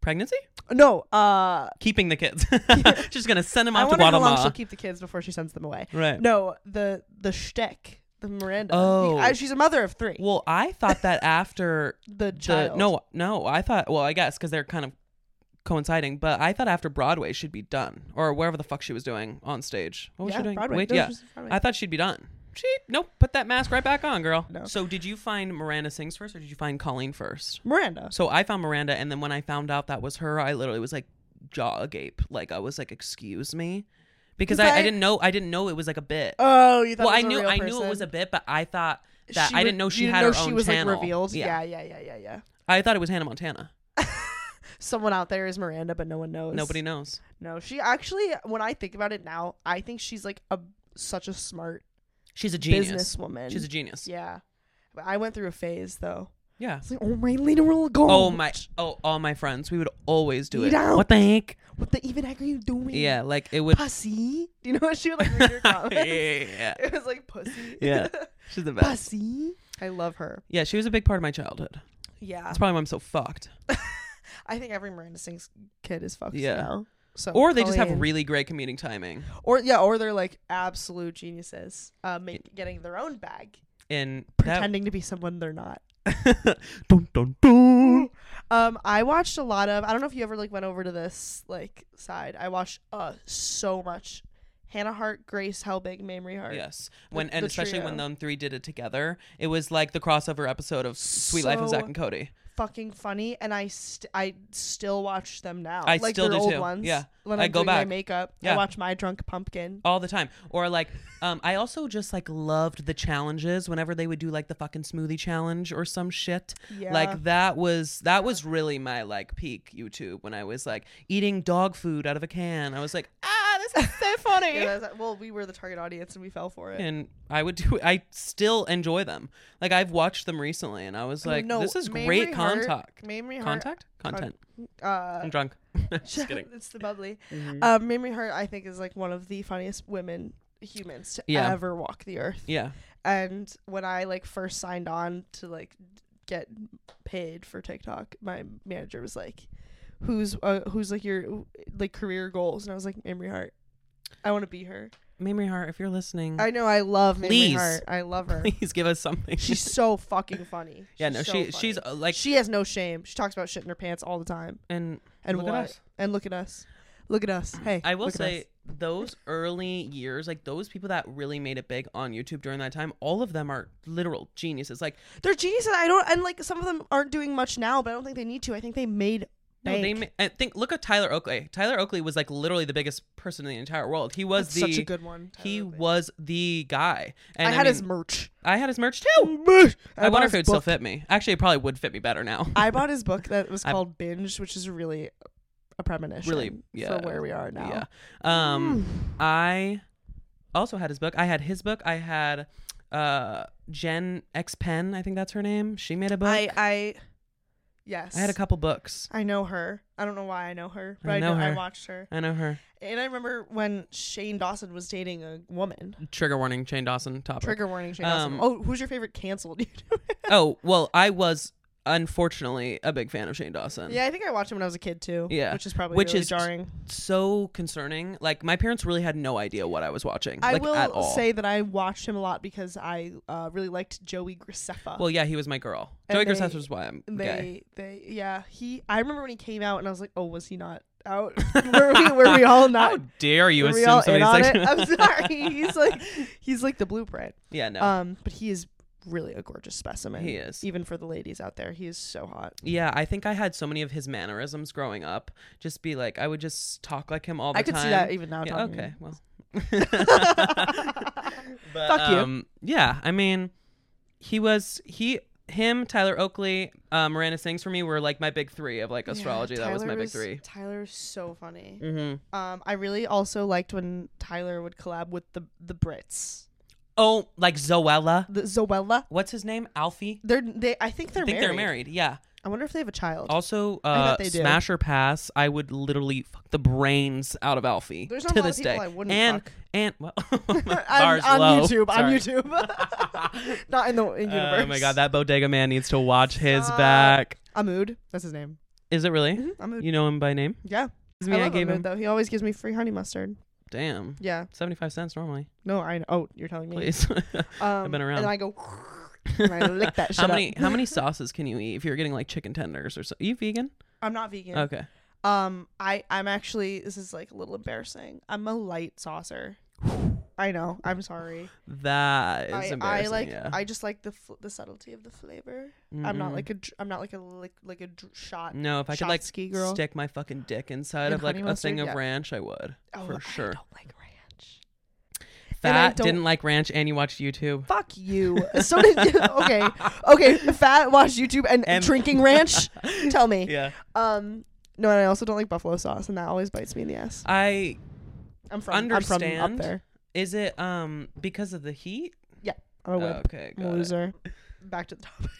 [SPEAKER 3] Pregnancy?
[SPEAKER 2] No, uh,
[SPEAKER 3] Keeping the kids. She's gonna send them
[SPEAKER 2] I
[SPEAKER 3] off to
[SPEAKER 2] wonder how long she'll
[SPEAKER 3] Guatemala.
[SPEAKER 2] keep the kids before she sends them away.
[SPEAKER 3] Right.
[SPEAKER 2] No, the the shtick, the Miranda.
[SPEAKER 3] Oh.
[SPEAKER 2] I- she's a mother of three.
[SPEAKER 3] Well, I thought that after
[SPEAKER 2] the
[SPEAKER 3] the
[SPEAKER 2] child.
[SPEAKER 3] no no, I thought well, I guess because they're kind of coinciding, but I thought after Broadway she'd be done. Or wherever the fuck she was doing on stage. What was
[SPEAKER 2] yeah,
[SPEAKER 3] she doing?
[SPEAKER 2] Broadway.
[SPEAKER 3] Wait,
[SPEAKER 2] No,
[SPEAKER 3] yeah.
[SPEAKER 2] she's Broadway.
[SPEAKER 3] I thought she'd be done. She nope, put that mask right back on, girl.
[SPEAKER 2] No.
[SPEAKER 3] So did you find Miranda Sings first or did you find Colleen first?
[SPEAKER 2] Miranda.
[SPEAKER 3] So I found Miranda and then when I found out that was her, I literally was like jaw agape. Like I was like, excuse me? Because I, I,
[SPEAKER 2] I-
[SPEAKER 3] didn't know I didn't know it was like a bit.
[SPEAKER 2] Oh, you thought
[SPEAKER 3] well, I
[SPEAKER 2] it was a
[SPEAKER 3] knew
[SPEAKER 2] real
[SPEAKER 3] I knew it was a
[SPEAKER 2] person?
[SPEAKER 3] bit, but I thought that
[SPEAKER 2] She
[SPEAKER 3] I
[SPEAKER 2] would-
[SPEAKER 3] didn't know she
[SPEAKER 2] you
[SPEAKER 3] had
[SPEAKER 2] know
[SPEAKER 3] her own
[SPEAKER 2] she was
[SPEAKER 3] channel.
[SPEAKER 2] like revealed. Yeah. yeah, yeah, yeah, yeah,
[SPEAKER 3] I thought it was Hannah Montana.
[SPEAKER 2] Someone out there is Miranda, but no one knows.
[SPEAKER 3] Nobody knows.
[SPEAKER 2] No, she actually. When I think about it now, I think she's like a such a smart
[SPEAKER 3] She's a genius.
[SPEAKER 2] businesswoman.
[SPEAKER 3] She's a genius. Yeah.
[SPEAKER 2] Yeah. But I went through a phase though.
[SPEAKER 3] yeah.
[SPEAKER 2] It's like, oh my Lena roll gold.
[SPEAKER 3] Oh my! Oh, all my friends. We would always do
[SPEAKER 2] You
[SPEAKER 3] it.
[SPEAKER 2] don't.
[SPEAKER 3] What the heck?
[SPEAKER 2] What the even heck are you doing?
[SPEAKER 3] Yeah, like it would.
[SPEAKER 2] Pussy. Do you know what she would like read her comments?
[SPEAKER 3] yeah,
[SPEAKER 2] It was like pussy.
[SPEAKER 3] Yeah. she's the best.
[SPEAKER 2] pussy. I love her.
[SPEAKER 3] Yeah, she was a big part of my childhood.
[SPEAKER 2] Yeah.
[SPEAKER 3] That's probably why I'm so fucked.
[SPEAKER 2] I think every Miranda Sings kid is fucked
[SPEAKER 3] Yeah.
[SPEAKER 2] now. So
[SPEAKER 3] Or they just have
[SPEAKER 2] Colleen-
[SPEAKER 3] really great comedic timing.
[SPEAKER 2] or yeah, or they're like absolute geniuses, uh, make, getting their own bag,
[SPEAKER 3] And
[SPEAKER 2] pretending to be someone they're not.
[SPEAKER 3] That, dun, dun, dun.
[SPEAKER 2] Um, I watched a lot of. I don't know if you ever like went over to this like side. I watched uh so much. Hannah Hart, Grace Helbig, Mamrie Hart.
[SPEAKER 3] Yes, when
[SPEAKER 2] The-
[SPEAKER 3] and
[SPEAKER 2] the
[SPEAKER 3] especially when
[SPEAKER 2] trio.
[SPEAKER 3] them three did it together, it was like the crossover episode of Sweet Life of
[SPEAKER 2] So-
[SPEAKER 3] Zach and Cody.
[SPEAKER 2] Fucking funny, and I st- I still watch them now.
[SPEAKER 3] I
[SPEAKER 2] like
[SPEAKER 3] still
[SPEAKER 2] their
[SPEAKER 3] do,
[SPEAKER 2] old
[SPEAKER 3] too.
[SPEAKER 2] ones.
[SPEAKER 3] Yeah.
[SPEAKER 2] When
[SPEAKER 3] I
[SPEAKER 2] I'm
[SPEAKER 3] go
[SPEAKER 2] doing my
[SPEAKER 3] back.
[SPEAKER 2] makeup, I
[SPEAKER 3] Yeah.
[SPEAKER 2] watch My Drunk Pumpkin.
[SPEAKER 3] all the time or like um i also just like loved the challenges whenever they would do like the fucking smoothie challenge or some shit
[SPEAKER 2] Yeah.
[SPEAKER 3] like that was that was really my like peak youtube when i was like eating dog food out of a can i was like ah this is so funny
[SPEAKER 2] Yeah, that's- well, we were the target audience, and we fell for it.
[SPEAKER 3] and i would do i still enjoy them like i've watched them recently and i was like
[SPEAKER 2] Oh, no,
[SPEAKER 3] this is
[SPEAKER 2] Mamrie
[SPEAKER 3] great
[SPEAKER 2] Hart-
[SPEAKER 3] contact
[SPEAKER 2] Mamrie Hart.
[SPEAKER 3] contact content
[SPEAKER 2] Uh,
[SPEAKER 3] i'm drunk just kidding
[SPEAKER 2] it's the bubbly. Um, Mamrie Hart, I think, is like one of the funniest women humans to
[SPEAKER 3] Yeah.
[SPEAKER 2] ever walk the earth.
[SPEAKER 3] yeah
[SPEAKER 2] And when I like first signed on to like get paid for TikTok, my manager was like, "Who's uh, who's like your like career goals?" And I was like, "Mamrie Hart, I want to be her."
[SPEAKER 3] mamrie hart if you're listening
[SPEAKER 2] I know I love Mamrie
[SPEAKER 3] Mm. Please.
[SPEAKER 2] Hart. I love her.
[SPEAKER 3] please give us something
[SPEAKER 2] She's so fucking funny.
[SPEAKER 3] yeah no
[SPEAKER 2] She's so
[SPEAKER 3] she
[SPEAKER 2] funny.
[SPEAKER 3] she's uh, like
[SPEAKER 2] she has no shame. She talks about shit in her pants all the time.
[SPEAKER 3] and
[SPEAKER 2] And
[SPEAKER 3] Look at
[SPEAKER 2] what?
[SPEAKER 3] us.
[SPEAKER 2] And look at us. Look at us. Hey,
[SPEAKER 3] I will
[SPEAKER 2] look at us.
[SPEAKER 3] say those early years, like those people that really made it big on YouTube during that time, all of them are literal geniuses. Like
[SPEAKER 2] they're geniuses. I don't and like some of them aren't doing much now, but I don't think they need to. I think they made.
[SPEAKER 3] no, they
[SPEAKER 2] bank.
[SPEAKER 3] ma- I think look at Tyler Oakley. Tyler Oakley was like literally the biggest person in the entire world. He was
[SPEAKER 2] That's
[SPEAKER 3] the
[SPEAKER 2] such a good one. Tyler
[SPEAKER 3] he
[SPEAKER 2] Oakley.
[SPEAKER 3] was the guy. And
[SPEAKER 2] I
[SPEAKER 3] I,
[SPEAKER 2] had his
[SPEAKER 3] mean,
[SPEAKER 2] merch.
[SPEAKER 3] I had his merch too.
[SPEAKER 2] Merch.
[SPEAKER 3] Oh, I,
[SPEAKER 2] bought
[SPEAKER 3] wonder
[SPEAKER 2] his
[SPEAKER 3] if it would
[SPEAKER 2] book.
[SPEAKER 3] still fit me. Actually, it probably would fit me better now.
[SPEAKER 2] I bought his book that was
[SPEAKER 3] I-
[SPEAKER 2] called Binge, which is really a premonition
[SPEAKER 3] Really, yeah.
[SPEAKER 2] for where we are now. Mm. Hmm.
[SPEAKER 3] Yeah. Um, I also had his book. I had his book. I had uh Jen X Pen. I think that's her name. She made a book.
[SPEAKER 2] I I yes.
[SPEAKER 3] I had a couple books.
[SPEAKER 2] I know her. I don't know why I know her,
[SPEAKER 3] I
[SPEAKER 2] but I know,
[SPEAKER 3] know
[SPEAKER 2] I
[SPEAKER 3] her.
[SPEAKER 2] watched her.
[SPEAKER 3] I know her.
[SPEAKER 2] And I remember when Shane Dawson was dating a woman.
[SPEAKER 3] trigger warning Shane Dawson topic.
[SPEAKER 2] Trigger warning, Shane Dawson.
[SPEAKER 3] Um,
[SPEAKER 2] Oh, who's your favorite canceled? YouTuber?
[SPEAKER 3] Oh, well, I was unfortunately a big fan of Shane Dawson.
[SPEAKER 2] Yeah, I think I watched him when I was a kid too.
[SPEAKER 3] um, Yeah.
[SPEAKER 2] which is probably
[SPEAKER 3] Which
[SPEAKER 2] really
[SPEAKER 3] is-
[SPEAKER 2] jarring.
[SPEAKER 3] So concerning. Like my parents really had no idea what I was watching.
[SPEAKER 2] I
[SPEAKER 3] like,
[SPEAKER 2] will
[SPEAKER 3] at all.
[SPEAKER 2] say that I watched him a lot because I uh, really liked Joey Graceffa.
[SPEAKER 3] Well, yeah, he was my girl.
[SPEAKER 2] And
[SPEAKER 3] Joey
[SPEAKER 2] they-
[SPEAKER 3] Graceffa was why I'm gay.
[SPEAKER 2] they they yeah he. I remember when he came out and I was like, oh, was he not out? were we were we all
[SPEAKER 3] How
[SPEAKER 2] not?
[SPEAKER 3] dare you
[SPEAKER 2] were we
[SPEAKER 3] assume
[SPEAKER 2] all in
[SPEAKER 3] somebody's
[SPEAKER 2] on
[SPEAKER 3] like?
[SPEAKER 2] it? I'm sorry. He's like he's like the blueprint.
[SPEAKER 3] yeah, no.
[SPEAKER 2] Um, but he is really a gorgeous specimen.
[SPEAKER 3] He is.
[SPEAKER 2] even for the ladies out there. He is so hot.
[SPEAKER 3] yeah, I think I had so many of his mannerisms growing up. Just be like, I would just talk like him all the
[SPEAKER 2] I could
[SPEAKER 3] time.
[SPEAKER 2] see that even now.
[SPEAKER 3] Yeah,
[SPEAKER 2] talking to
[SPEAKER 3] okay,
[SPEAKER 2] him.
[SPEAKER 3] well. but,
[SPEAKER 2] Fuck you.
[SPEAKER 3] um, Yeah, I mean, he was he him Tyler Oakley, uh, Miranda Sings for me were like my big three of like
[SPEAKER 2] Yeah,
[SPEAKER 3] astrology. that was my big
[SPEAKER 2] Tyler's-
[SPEAKER 3] three.
[SPEAKER 2] Tyler's so funny.
[SPEAKER 3] Mm-hmm.
[SPEAKER 2] Um, I really also liked when Tyler would collab with the the Brits,
[SPEAKER 3] Oh, like Zoella.
[SPEAKER 2] the Zoella.
[SPEAKER 3] What's his name? Alfie.
[SPEAKER 2] They're they. I think they're
[SPEAKER 3] I think
[SPEAKER 2] married.
[SPEAKER 3] they're married. Yeah.
[SPEAKER 2] I wonder if they have a child.
[SPEAKER 3] Also, uh,
[SPEAKER 2] bet they do.
[SPEAKER 3] smash or pass. I would literally fuck the brains out of Alfie
[SPEAKER 2] There's not
[SPEAKER 3] to
[SPEAKER 2] a lot of
[SPEAKER 3] this
[SPEAKER 2] people
[SPEAKER 3] day.
[SPEAKER 2] I wouldn't
[SPEAKER 3] and
[SPEAKER 2] fuck.
[SPEAKER 3] and well,
[SPEAKER 2] I'm,
[SPEAKER 3] bars
[SPEAKER 2] on
[SPEAKER 3] low.
[SPEAKER 2] YouTube. On
[SPEAKER 3] Sorry.
[SPEAKER 2] YouTube. Not in the in universe.
[SPEAKER 3] Oh my god, that bodega man needs to watch his
[SPEAKER 2] Stop.
[SPEAKER 3] back.
[SPEAKER 2] Amud. That's his name.
[SPEAKER 3] Is it really?
[SPEAKER 2] Amud.
[SPEAKER 3] You know him by name?
[SPEAKER 2] Yeah.
[SPEAKER 3] It's me,
[SPEAKER 2] Mm-hmm. I
[SPEAKER 3] I,
[SPEAKER 2] love
[SPEAKER 3] gave
[SPEAKER 2] Amud
[SPEAKER 3] him.
[SPEAKER 2] though. He always gives me free honey mustard.
[SPEAKER 3] Damn.
[SPEAKER 2] Yeah.
[SPEAKER 3] 75 cents normally.
[SPEAKER 2] No, I know. Oh, you're telling me.
[SPEAKER 3] Please.
[SPEAKER 2] Um,
[SPEAKER 3] been around.
[SPEAKER 2] And then I go. and I lick that shit
[SPEAKER 3] how
[SPEAKER 2] up.
[SPEAKER 3] many how many sauces can you eat if you're getting like chicken tenders or so? you vegan?
[SPEAKER 2] I'm not vegan.
[SPEAKER 3] Okay.
[SPEAKER 2] Um, I I'm actually this is like a little embarrassing. I'm a light saucer. I know. I'm sorry.
[SPEAKER 3] That is
[SPEAKER 2] I, I
[SPEAKER 3] embarrassing.
[SPEAKER 2] like
[SPEAKER 3] yeah. Mm-hmm.
[SPEAKER 2] I just like the fl- the subtlety of the flavor. I'm not
[SPEAKER 3] Mm-mm.
[SPEAKER 2] like a dr- I'm not like a like like a dr- shot.
[SPEAKER 3] No, if I could like
[SPEAKER 2] Shotsky girl.
[SPEAKER 3] stick my fucking dick inside
[SPEAKER 2] In
[SPEAKER 3] of like
[SPEAKER 2] honey
[SPEAKER 3] a
[SPEAKER 2] mustard?
[SPEAKER 3] thing of
[SPEAKER 2] Yeah.
[SPEAKER 3] ranch, I would.
[SPEAKER 2] Oh,
[SPEAKER 3] for
[SPEAKER 2] I
[SPEAKER 3] sure.
[SPEAKER 2] don't like ranch. And I
[SPEAKER 3] Fat
[SPEAKER 2] don't-
[SPEAKER 3] didn't like ranch and you watched YouTube.
[SPEAKER 2] Fuck you. So did you. Okay. Okay. Fat watch YouTube and,
[SPEAKER 3] And-
[SPEAKER 2] drinking ranch. Tell me.
[SPEAKER 3] Yeah.
[SPEAKER 2] Um. No, and I also don't like buffalo sauce, and that always bites me in the ass.
[SPEAKER 3] I
[SPEAKER 2] I'm from. I'm from up
[SPEAKER 3] Understand.
[SPEAKER 2] there.
[SPEAKER 3] is it um because of the heat?
[SPEAKER 2] I'm a whip.
[SPEAKER 3] okay,
[SPEAKER 2] I'm
[SPEAKER 3] Oh, got
[SPEAKER 2] a
[SPEAKER 3] it.
[SPEAKER 2] loser. Back to the topic.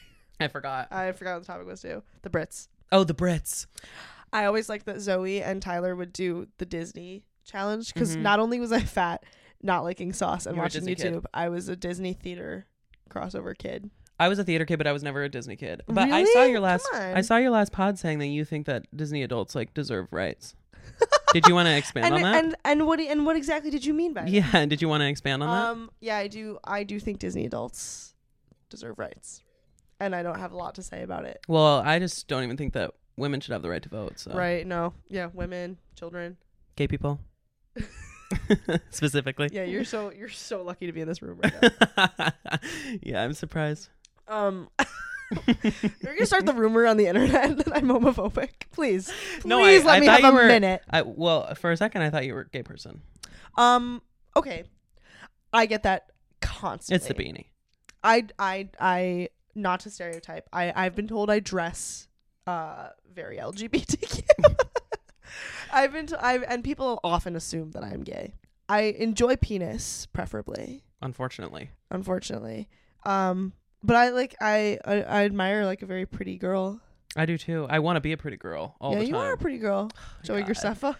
[SPEAKER 3] I forgot.
[SPEAKER 2] I forgot what the topic was too. The Brits.
[SPEAKER 3] Oh, the Brits.
[SPEAKER 2] I always liked that Zoe and Tyler would do the Disney challenge because not only was I fat, not liking sauce, and
[SPEAKER 3] Mm-hmm. You were a
[SPEAKER 2] watching
[SPEAKER 3] Disney
[SPEAKER 2] YouTube,
[SPEAKER 3] kid.
[SPEAKER 2] I was a Disney theater crossover kid.
[SPEAKER 3] I was a theater kid, but I was never a Disney kid. But I saw
[SPEAKER 2] Really?
[SPEAKER 3] your last
[SPEAKER 2] Come on.
[SPEAKER 3] I saw your last pod saying that you think that Disney adults like deserve rights. Did you want to expand
[SPEAKER 2] and
[SPEAKER 3] on that?
[SPEAKER 2] and and what and what exactly did you mean by that?
[SPEAKER 3] yeah, and did you want to expand on that?
[SPEAKER 2] Um. Yeah, I do. I do think Disney adults deserve rights, and I don't have a lot to say about it.
[SPEAKER 3] Well, I just don't even think that women should have the right to vote. So
[SPEAKER 2] Right? No. Yeah. Women, children.
[SPEAKER 3] gay people specifically.
[SPEAKER 2] Yeah. You're so you're so lucky to be in this room right now.
[SPEAKER 3] yeah, I'm surprised.
[SPEAKER 2] Um, you're gonna start the rumor on the internet that I'm homophobic. Please, please
[SPEAKER 3] No, I-
[SPEAKER 2] let
[SPEAKER 3] I
[SPEAKER 2] me
[SPEAKER 3] thought
[SPEAKER 2] have a
[SPEAKER 3] you were-
[SPEAKER 2] minute.
[SPEAKER 3] I well, for a second I thought you were a gay person.
[SPEAKER 2] Um, okay, I get that constantly.
[SPEAKER 3] It's the beanie.
[SPEAKER 2] I, I, I, not to stereotype. I, I've been told I dress, uh, very LGBTQ. I've been, t- I've, and people often assume that I'm gay. I enjoy penis, preferably.
[SPEAKER 3] Unfortunately,
[SPEAKER 2] Unfortunately, um, but I like, I, I, I admire like a very pretty girl.
[SPEAKER 3] I do too. I want to be a pretty girl all
[SPEAKER 2] yeah,
[SPEAKER 3] the
[SPEAKER 2] you
[SPEAKER 3] time. Oh
[SPEAKER 2] are a pretty girl, Joey
[SPEAKER 3] God.
[SPEAKER 2] Graceffa.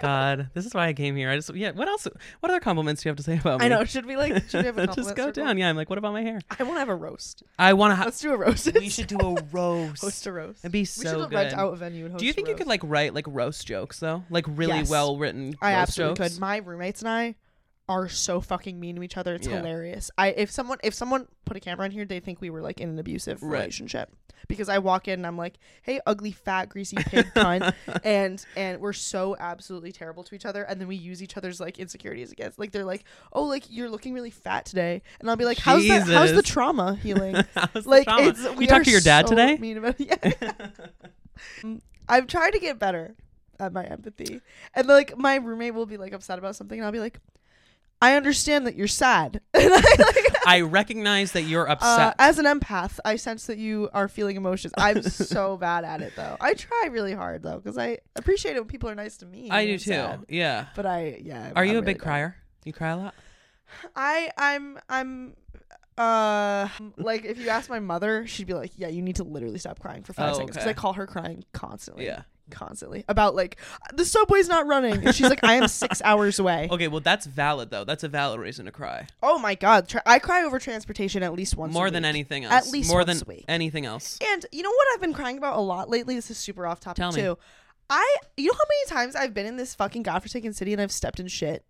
[SPEAKER 3] God, this is why I came here. I just yeah. What else? What other compliments do you have to say about me?
[SPEAKER 2] I know. Should we like? Should we have a
[SPEAKER 3] Um, just
[SPEAKER 2] compliment
[SPEAKER 3] go
[SPEAKER 2] circle?
[SPEAKER 3] down. Yeah, I'm like, what about my hair?
[SPEAKER 2] I want to have a roast.
[SPEAKER 3] I want to. Ha-
[SPEAKER 2] Let's do a roast.
[SPEAKER 3] we should do a roast.
[SPEAKER 2] host a roast.
[SPEAKER 3] It'd be
[SPEAKER 2] we
[SPEAKER 3] so
[SPEAKER 2] should
[SPEAKER 3] good.
[SPEAKER 2] rent out a venue. And host
[SPEAKER 3] do you think
[SPEAKER 2] a
[SPEAKER 3] you could like write like roast jokes though? Like really
[SPEAKER 2] Yes.
[SPEAKER 3] well written.
[SPEAKER 2] I
[SPEAKER 3] roast
[SPEAKER 2] absolutely
[SPEAKER 3] jokes?
[SPEAKER 2] could. My roommates and I are so fucking mean to each other. It's
[SPEAKER 3] Yeah.
[SPEAKER 2] hilarious. I if someone if someone put a camera on here, they think we were like in an abusive
[SPEAKER 3] Right.
[SPEAKER 2] relationship because I walk in and I'm like, "Hey, ugly fat greasy pig cunt," and and we're so absolutely terrible to each other, and then we use each other's like insecurities against. Like they're like, "Oh, like you're looking really fat today," and I'll be like, "How's that? How's the
[SPEAKER 3] Jesus.
[SPEAKER 2] trauma healing?"
[SPEAKER 3] How's the
[SPEAKER 2] like
[SPEAKER 3] trauma?
[SPEAKER 2] it's we
[SPEAKER 3] you talked
[SPEAKER 2] are
[SPEAKER 3] to your dad
[SPEAKER 2] so
[SPEAKER 3] today.
[SPEAKER 2] mean about it. Yeah. I've tried to get better at my empathy, and like my roommate will be like upset about something, and I'll be like, "I understand that you're sad." and I, like,
[SPEAKER 3] I recognize that you're
[SPEAKER 2] uh,
[SPEAKER 3] upset.
[SPEAKER 2] as an empath, I sense that you are feeling emotions. I'm so bad at it though. I try really hard though, because I appreciate it when people are nice to me.
[SPEAKER 3] I
[SPEAKER 2] when
[SPEAKER 3] do
[SPEAKER 2] I'm
[SPEAKER 3] too.
[SPEAKER 2] sad.
[SPEAKER 3] Yeah.
[SPEAKER 2] But I yeah.
[SPEAKER 3] Are
[SPEAKER 2] I'm
[SPEAKER 3] you a
[SPEAKER 2] really
[SPEAKER 3] big
[SPEAKER 2] bad.
[SPEAKER 3] crier? You cry a lot.
[SPEAKER 2] I I'm I'm uh like if you ask my mother, she'd be like, "Yeah, you need to literally stop crying for five
[SPEAKER 3] Oh,
[SPEAKER 2] seconds." Because
[SPEAKER 3] okay.
[SPEAKER 2] I call her crying constantly.
[SPEAKER 3] Yeah.
[SPEAKER 2] constantly about like the subway's not running, and she's like, I am six hours away.
[SPEAKER 3] Okay, well that's valid though. That's a valid reason to cry.
[SPEAKER 2] Oh my god, Tra- I cry over transportation at least once. a
[SPEAKER 3] More than
[SPEAKER 2] week.
[SPEAKER 3] anything else.
[SPEAKER 2] At least
[SPEAKER 3] more
[SPEAKER 2] once
[SPEAKER 3] than
[SPEAKER 2] a week.
[SPEAKER 3] anything else.
[SPEAKER 2] And you know what I've been crying about a lot lately? This is super off topic
[SPEAKER 3] Tell me.
[SPEAKER 2] too. I you know how many times I've been in this fucking godforsaken city and I've stepped in shit.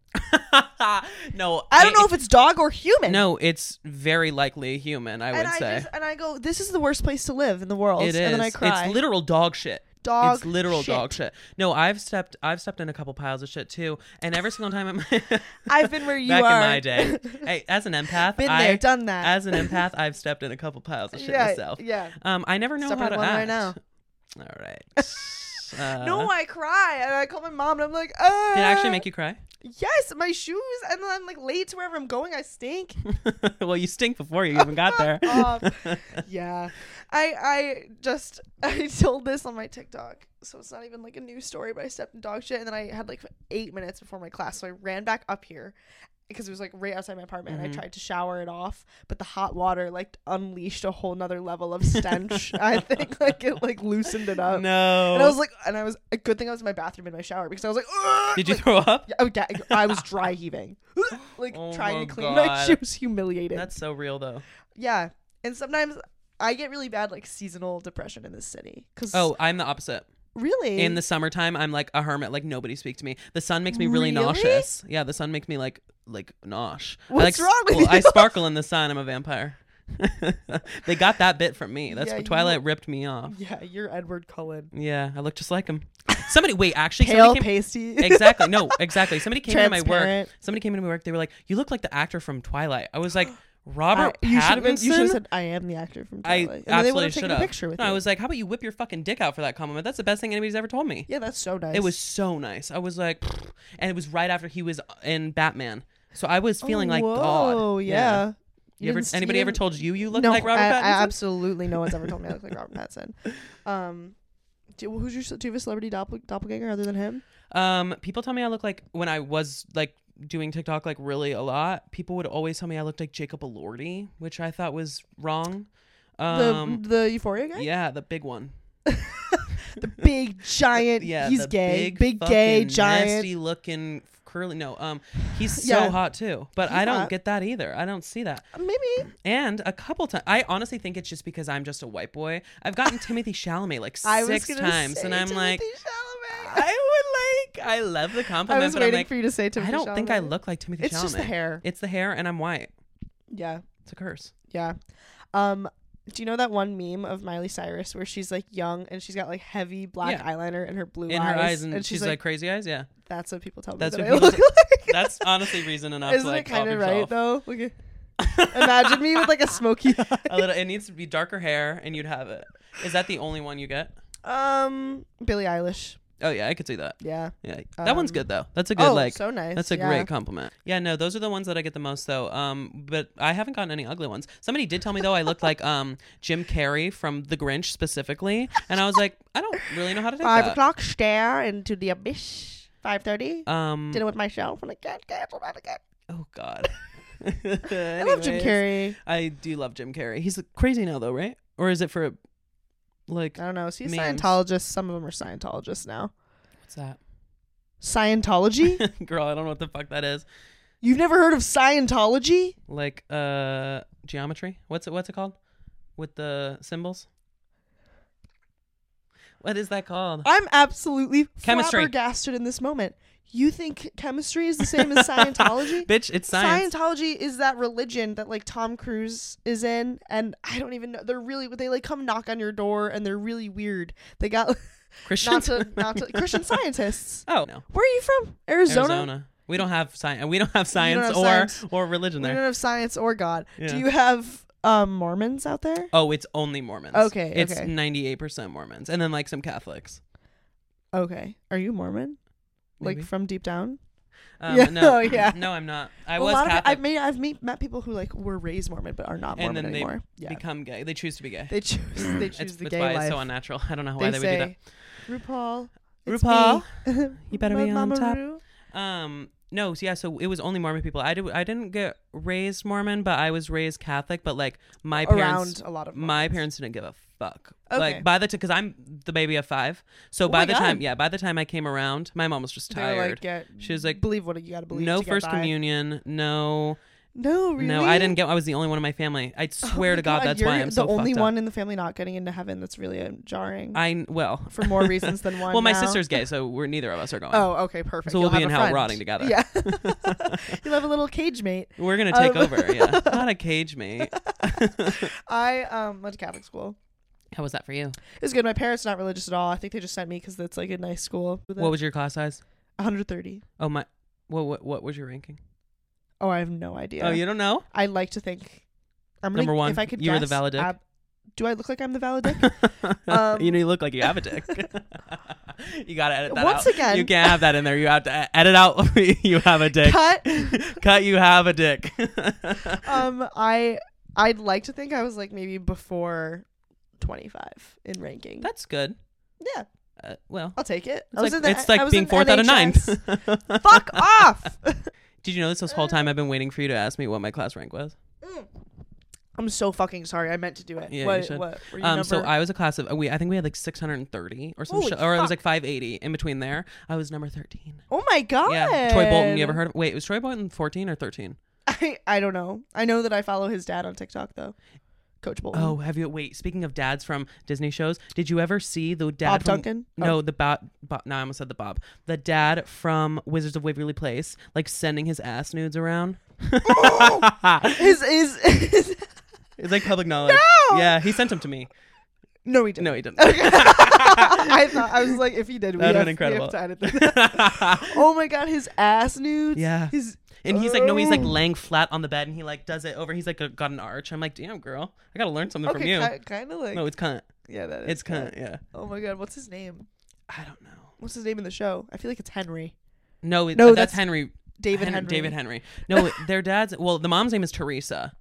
[SPEAKER 3] no,
[SPEAKER 2] I don't know if it's dog or human.
[SPEAKER 3] no, it's very likely a human. I would
[SPEAKER 2] and I
[SPEAKER 3] say
[SPEAKER 2] just and I go, this is the worst place to live in the world.
[SPEAKER 3] it is.
[SPEAKER 2] And then I cry.
[SPEAKER 3] It's literal dog shit.
[SPEAKER 2] Dog
[SPEAKER 3] it's literal
[SPEAKER 2] shit.
[SPEAKER 3] dog shit. No, I've stepped. I've stepped in a couple piles of shit too, and every single time. I'm
[SPEAKER 2] I've been where you
[SPEAKER 3] back
[SPEAKER 2] are.
[SPEAKER 3] in my day. Hey, as an empath,
[SPEAKER 2] Been
[SPEAKER 3] I,
[SPEAKER 2] there, done that.
[SPEAKER 3] As an empath, I've stepped in a couple piles of shit
[SPEAKER 2] yeah,
[SPEAKER 3] myself.
[SPEAKER 2] yeah.
[SPEAKER 3] Um, I never know
[SPEAKER 2] Stepping
[SPEAKER 3] how
[SPEAKER 2] in
[SPEAKER 3] to
[SPEAKER 2] one
[SPEAKER 3] act.
[SPEAKER 2] right now.
[SPEAKER 3] All right. Uh,
[SPEAKER 2] no,
[SPEAKER 3] did
[SPEAKER 2] I cry and I call my mom and I'm like, uh
[SPEAKER 3] it actually make you cry?
[SPEAKER 2] Yes, my shoes and then I'm like late to wherever I'm going, I stink.
[SPEAKER 3] well, you stink before you even got there.
[SPEAKER 2] off. Um, yeah. I I just I told this on my TikTok. So it's not even like a new story, but I stepped in dog shit and then I had like 8 minutes before my class. So I ran back up here because it was like right outside my apartment. and I
[SPEAKER 3] Mm-hmm.
[SPEAKER 2] tried to shower it off, but the hot water like unleashed a whole nother level of stench. I think like it like loosened it up.
[SPEAKER 3] no.
[SPEAKER 2] And I was like, and I was a good thing I was in my bathroom in my shower because I was like, "Ugh,"
[SPEAKER 3] Did you
[SPEAKER 2] like- oh,
[SPEAKER 3] throw up?
[SPEAKER 2] Yeah, I was ga- I was dry heaving, like
[SPEAKER 3] Oh
[SPEAKER 2] trying
[SPEAKER 3] my
[SPEAKER 2] to clean my
[SPEAKER 3] God.
[SPEAKER 2] shoes. Humiliating.
[SPEAKER 3] That's so real though.
[SPEAKER 2] Yeah. And sometimes I get really bad like seasonal depression in this city. Cause
[SPEAKER 3] Oh, I'm the opposite.
[SPEAKER 2] really?
[SPEAKER 3] In the summertime, I'm like a hermit. Like nobody speak to me. The sun makes me really,
[SPEAKER 2] Really?
[SPEAKER 3] nauseous. Yeah, the sun makes me like like nosh. I,
[SPEAKER 2] What's
[SPEAKER 3] like,
[SPEAKER 2] wrong with
[SPEAKER 3] well, I
[SPEAKER 2] you?
[SPEAKER 3] sparkle in the sun. I'm a vampire. they got that bit from me. That's
[SPEAKER 2] Yeah,
[SPEAKER 3] what
[SPEAKER 2] you-
[SPEAKER 3] Twilight ripped me off.
[SPEAKER 2] yeah, you're Edward Cullen,
[SPEAKER 3] Yeah, I look just like him. Somebody, wait, actually,
[SPEAKER 2] pale,
[SPEAKER 3] somebody came,
[SPEAKER 2] pasty.
[SPEAKER 3] exactly. No, exactly. Somebody came into my work.
[SPEAKER 2] Transparent.
[SPEAKER 3] Somebody came into my work. They were like, "You look like the actor from Twilight." I was like, "Robert
[SPEAKER 2] I- you should
[SPEAKER 3] Pattinson."
[SPEAKER 2] you should have said I am the actor from
[SPEAKER 3] I
[SPEAKER 2] Twilight. and then they would
[SPEAKER 3] absolutely
[SPEAKER 2] have
[SPEAKER 3] should
[SPEAKER 2] taken a
[SPEAKER 3] have.
[SPEAKER 2] picture with
[SPEAKER 3] no,
[SPEAKER 2] you.
[SPEAKER 3] I was like, "How about you whip your fucking dick out for that compliment?" That's the best thing anybody's ever told me.
[SPEAKER 2] yeah, that's so nice.
[SPEAKER 3] It was so nice. I was like, "Pfft." and it was right after he was in Batman, so I was feeling like God.
[SPEAKER 2] Oh yeah.
[SPEAKER 3] You ever,
[SPEAKER 2] didn't-
[SPEAKER 3] anybody ever
[SPEAKER 2] didn't-
[SPEAKER 3] told you you look
[SPEAKER 2] no,
[SPEAKER 3] like Robert
[SPEAKER 2] I,
[SPEAKER 3] Pattinson?
[SPEAKER 2] I absolutely no one's ever told me I look like Robert Pattinson. Um, do, who's your do you have a celebrity doppel, doppelganger other than him?
[SPEAKER 3] Um, people tell me I look like when I was like doing TikTok like really a lot. People would always tell me I looked like Jacob Elordi, which I thought was wrong. Um,
[SPEAKER 2] the the Euphoria guy,
[SPEAKER 3] yeah, the big one.
[SPEAKER 2] the big giant.
[SPEAKER 3] Yeah,
[SPEAKER 2] he's
[SPEAKER 3] the
[SPEAKER 2] gay, big, gay
[SPEAKER 3] fucking
[SPEAKER 2] giant.
[SPEAKER 3] nasty looking curly. No, um, he's so
[SPEAKER 2] Yeah.
[SPEAKER 3] hot too, but
[SPEAKER 2] He's
[SPEAKER 3] I don't
[SPEAKER 2] hot.
[SPEAKER 3] get that either. I don't see that.
[SPEAKER 2] Uh, Maybe
[SPEAKER 3] And a couple times, I honestly think it's just because I'm just a white boy. I've gotten Timothy Chalamet like
[SPEAKER 2] I
[SPEAKER 3] six
[SPEAKER 2] was gonna
[SPEAKER 3] times,
[SPEAKER 2] say
[SPEAKER 3] and I'm like,
[SPEAKER 2] Timothée Chalamet.
[SPEAKER 3] I would like, I love the
[SPEAKER 2] I
[SPEAKER 3] compliment,
[SPEAKER 2] was
[SPEAKER 3] but I'm
[SPEAKER 2] waiting
[SPEAKER 3] like,
[SPEAKER 2] for you to say Timothée
[SPEAKER 3] I don't think I
[SPEAKER 2] Chalamet.
[SPEAKER 3] look like Timothy
[SPEAKER 2] It's
[SPEAKER 3] Chalamet.
[SPEAKER 2] just the hair.
[SPEAKER 3] It's the hair, and I'm white.
[SPEAKER 2] Yeah,
[SPEAKER 3] It's a curse.
[SPEAKER 2] yeah. Um, do you know that one meme of Miley Cyrus where she's like young and she's got like heavy black
[SPEAKER 3] Yeah.
[SPEAKER 2] eyeliner and her blue
[SPEAKER 3] In
[SPEAKER 2] eyes,
[SPEAKER 3] her eyes, and, she's, like,
[SPEAKER 2] like,
[SPEAKER 3] crazy eyes. Yeah,
[SPEAKER 2] "That's what people tell me
[SPEAKER 3] That's
[SPEAKER 2] that
[SPEAKER 3] what
[SPEAKER 2] I
[SPEAKER 3] people
[SPEAKER 2] look like."
[SPEAKER 3] that's honestly reason enough.
[SPEAKER 2] Isn't
[SPEAKER 3] to, like,
[SPEAKER 2] it kind of
[SPEAKER 3] of
[SPEAKER 2] right though? Look at, imagine me with like a smoky
[SPEAKER 3] a
[SPEAKER 2] eye.
[SPEAKER 3] little. It needs to be darker hair, and you'd have it. Is that the only one you get?
[SPEAKER 2] Um, Billie Eilish.
[SPEAKER 3] Oh yeah, I could see that.
[SPEAKER 2] Yeah.
[SPEAKER 3] Yeah, that one's
[SPEAKER 2] Um,
[SPEAKER 3] good though. That's a good
[SPEAKER 2] oh,
[SPEAKER 3] like.
[SPEAKER 2] so nice.
[SPEAKER 3] That's a
[SPEAKER 2] yeah.
[SPEAKER 3] great compliment. Yeah, no, those are the ones that I get the most though. Um, but I haven't gotten any ugly ones. Somebody did tell me though I looked like um Jim Carrey from The Grinch specifically, and I was like, I don't really know how to take
[SPEAKER 2] Five
[SPEAKER 3] that.
[SPEAKER 2] o'clock stare into the abyss. Five thirty.
[SPEAKER 3] Um,
[SPEAKER 2] Dinner with myself and I can't cancel that again.
[SPEAKER 3] oh God.
[SPEAKER 2] I love Jim Carrey.
[SPEAKER 3] I do love Jim Carrey. He's crazy now though, right? Or is it for like
[SPEAKER 2] I don't know. Is he a
[SPEAKER 3] Memes.
[SPEAKER 2] Scientologist? Some of them are Scientologists now.
[SPEAKER 3] what's
[SPEAKER 2] Uh,
[SPEAKER 3] that?
[SPEAKER 2] Scientology?
[SPEAKER 3] Girl, I don't know what the fuck that is.
[SPEAKER 2] You've never heard of Scientology?
[SPEAKER 3] Like uh geometry. What's it what's it called? With the symbols? What is that called?
[SPEAKER 2] I'm absolutely
[SPEAKER 3] Chemistry.
[SPEAKER 2] flabbergasted in this moment. You think chemistry is the same as Scientology?
[SPEAKER 3] Bitch, it's science.
[SPEAKER 2] Scientology is that religion that like Tom Cruise is in, and I don't even know. They're really they like come knock on your door, and they're really weird. They got not
[SPEAKER 3] Christians.
[SPEAKER 2] to not to Christian scientists.
[SPEAKER 3] oh no.
[SPEAKER 2] Where are you from? Arizona.
[SPEAKER 3] We don't have science. We don't have science
[SPEAKER 2] have
[SPEAKER 3] or
[SPEAKER 2] science.
[SPEAKER 3] or religion
[SPEAKER 2] We don't
[SPEAKER 3] there.
[SPEAKER 2] have science or God.
[SPEAKER 3] Yeah.
[SPEAKER 2] Do you have um, Mormons out there?
[SPEAKER 3] Oh, it's only Mormons.
[SPEAKER 2] Okay,
[SPEAKER 3] It's
[SPEAKER 2] okay.
[SPEAKER 3] ninety eight percent Mormons, and then like some Catholics.
[SPEAKER 2] Okay. Are you Mormon?
[SPEAKER 3] Maybe.
[SPEAKER 2] Like from deep down?
[SPEAKER 3] Um,
[SPEAKER 2] Yeah.
[SPEAKER 3] No,
[SPEAKER 2] Oh, yeah.
[SPEAKER 3] no, I'm not. I
[SPEAKER 2] A
[SPEAKER 3] was
[SPEAKER 2] lot
[SPEAKER 3] Catholic,
[SPEAKER 2] of I've made I've meet, met people who like were raised Mormon but are not
[SPEAKER 3] and
[SPEAKER 2] Mormon
[SPEAKER 3] then they
[SPEAKER 2] anymore. yeah.
[SPEAKER 3] become gay. They choose to be gay.
[SPEAKER 2] they choose they choose
[SPEAKER 3] It's,
[SPEAKER 2] the
[SPEAKER 3] it's
[SPEAKER 2] gay
[SPEAKER 3] why
[SPEAKER 2] life.
[SPEAKER 3] it's so unnatural. I don't know
[SPEAKER 2] they
[SPEAKER 3] why they,
[SPEAKER 2] say,
[SPEAKER 3] would do
[SPEAKER 2] RuPaul.
[SPEAKER 3] that.
[SPEAKER 2] it's
[SPEAKER 3] RuPaul,
[SPEAKER 2] me."
[SPEAKER 3] you better be
[SPEAKER 2] Ma-
[SPEAKER 3] on
[SPEAKER 2] Mama
[SPEAKER 3] top.
[SPEAKER 2] Ru.
[SPEAKER 3] Um, no, so yeah, so it was only Mormon people. I did I didn't get raised Mormon, but I was raised Catholic, but like my parents
[SPEAKER 2] around a lot of
[SPEAKER 3] my
[SPEAKER 2] Mormons.
[SPEAKER 3] parents didn't give a fuck.
[SPEAKER 2] Okay. Oh
[SPEAKER 3] Like by the time, because I'm the baby of five, so
[SPEAKER 2] my
[SPEAKER 3] by the
[SPEAKER 2] God.
[SPEAKER 3] time, yeah, by the time I came around, my mom was just
[SPEAKER 2] They were
[SPEAKER 3] tired.
[SPEAKER 2] Like, get,
[SPEAKER 3] She was like,
[SPEAKER 2] believe what you gotta believe.
[SPEAKER 3] no
[SPEAKER 2] to get
[SPEAKER 3] first
[SPEAKER 2] by."
[SPEAKER 3] communion, no,
[SPEAKER 2] No, really.
[SPEAKER 3] no. I didn't get. I was the only one in my family. I
[SPEAKER 2] Oh
[SPEAKER 3] swear
[SPEAKER 2] my
[SPEAKER 3] to God, that's
[SPEAKER 2] you're
[SPEAKER 3] why I'm
[SPEAKER 2] the
[SPEAKER 3] so
[SPEAKER 2] only
[SPEAKER 3] fucked
[SPEAKER 2] one
[SPEAKER 3] Up.
[SPEAKER 2] in the family not getting into heaven. That's really uh, jarring
[SPEAKER 3] I well,
[SPEAKER 2] for more reasons than one.
[SPEAKER 3] well, my
[SPEAKER 2] now.
[SPEAKER 3] sister's gay, so we're neither of us are going.
[SPEAKER 2] Oh, okay, perfect.
[SPEAKER 3] So
[SPEAKER 2] You'll
[SPEAKER 3] we'll be
[SPEAKER 2] have
[SPEAKER 3] in
[SPEAKER 2] a
[SPEAKER 3] hell
[SPEAKER 2] friend.
[SPEAKER 3] rotting together.
[SPEAKER 2] Yeah, you'll have a little cage mate.
[SPEAKER 3] We're gonna take
[SPEAKER 2] Um,
[SPEAKER 3] over. Yeah, not a cage mate.
[SPEAKER 2] I um went to Catholic school.
[SPEAKER 3] How was that for you?
[SPEAKER 2] It was good. My parents not religious at all. I think they just sent me because it's like a nice school.
[SPEAKER 3] What was your class size?
[SPEAKER 2] 130?
[SPEAKER 3] Oh my. What, what what was your ranking?
[SPEAKER 2] Oh, I have no idea.
[SPEAKER 3] Oh, you don't know?
[SPEAKER 2] I like to think. I'm
[SPEAKER 3] Number one,
[SPEAKER 2] If I could
[SPEAKER 3] you were the
[SPEAKER 2] guess,
[SPEAKER 3] Valedict.
[SPEAKER 2] ab- do I look like I'm the valedict? Um,
[SPEAKER 3] you know, you look like you have a dick. you gotta edit that
[SPEAKER 2] Once
[SPEAKER 3] out.
[SPEAKER 2] again-
[SPEAKER 3] you can't have that in there. You have to e- edit out. you have a dick.
[SPEAKER 2] Cut.
[SPEAKER 3] Cut, You have a dick.
[SPEAKER 2] um, I I'd like to think I was like maybe before 25 in ranking.
[SPEAKER 3] That's good.
[SPEAKER 2] yeah,
[SPEAKER 3] Uh, well,
[SPEAKER 2] I'll take it.
[SPEAKER 3] it's
[SPEAKER 2] I was
[SPEAKER 3] like,
[SPEAKER 2] in the- E,
[SPEAKER 3] it's
[SPEAKER 2] I
[SPEAKER 3] like
[SPEAKER 2] was
[SPEAKER 3] being
[SPEAKER 2] in
[SPEAKER 3] fourth out of
[SPEAKER 2] NHS.
[SPEAKER 3] ninth.
[SPEAKER 2] Fuck off.
[SPEAKER 3] Did you know this? This whole time I've been waiting for you to ask me what my class rank was.
[SPEAKER 2] Mm. I'm so fucking sorry. I meant to do it.
[SPEAKER 3] Yeah, you
[SPEAKER 2] what,
[SPEAKER 3] should.
[SPEAKER 2] what were you
[SPEAKER 3] Um, so
[SPEAKER 2] number-
[SPEAKER 3] I was a class of we. I think we had like 630 or some
[SPEAKER 2] Holy
[SPEAKER 3] shit, or I
[SPEAKER 2] fuck.
[SPEAKER 3] was like 580 in between there. I was number 13.
[SPEAKER 2] oh my god.
[SPEAKER 3] Yeah, Troy Bolton. You ever heard of? Wait, was Troy Bolton 14 or 13?
[SPEAKER 2] I I don't know. I know that I follow his dad on TikTok though, Coach Bolton.
[SPEAKER 3] Oh, have you? Wait, speaking of dads from Disney shows, did you ever see the dad?
[SPEAKER 2] Bob
[SPEAKER 3] from-
[SPEAKER 2] Duncan? Oh.
[SPEAKER 3] No, the Bob. Bob no, I almost said the Bob. The dad from Wizards of Waverly Place, like sending his ass nudes around.
[SPEAKER 2] His Oh. is. is
[SPEAKER 3] It's like public knowledge.
[SPEAKER 2] No!
[SPEAKER 3] Yeah, he sent them to me.
[SPEAKER 2] no, he didn't.
[SPEAKER 3] No, he didn't.
[SPEAKER 2] I thought I was like, if he did, we have,
[SPEAKER 3] That'd have been
[SPEAKER 2] incredible.
[SPEAKER 3] incredible.
[SPEAKER 2] to edit that. oh my god, his ass nudes.
[SPEAKER 3] Yeah.
[SPEAKER 2] his
[SPEAKER 3] And he's like, no,
[SPEAKER 2] Oh.
[SPEAKER 3] he's like laying flat on the bed, and he like does it over. He's like got an arch. I'm like, damn, girl, I gotta learn something from you.
[SPEAKER 2] okay, kind of like
[SPEAKER 3] No, it's cunt.
[SPEAKER 2] yeah, that is
[SPEAKER 3] It's
[SPEAKER 2] kinda-
[SPEAKER 3] cunt. Yeah.
[SPEAKER 2] Oh my god, what's his name?
[SPEAKER 3] I don't know.
[SPEAKER 2] What's his name in the show? I feel like it's Henry,
[SPEAKER 3] No, it,
[SPEAKER 2] No,
[SPEAKER 3] that's,
[SPEAKER 2] that's
[SPEAKER 3] Henry.
[SPEAKER 2] David
[SPEAKER 3] Hen-
[SPEAKER 2] Henry.
[SPEAKER 3] David Henry. No, their dad's. Well, the mom's name is Teresa.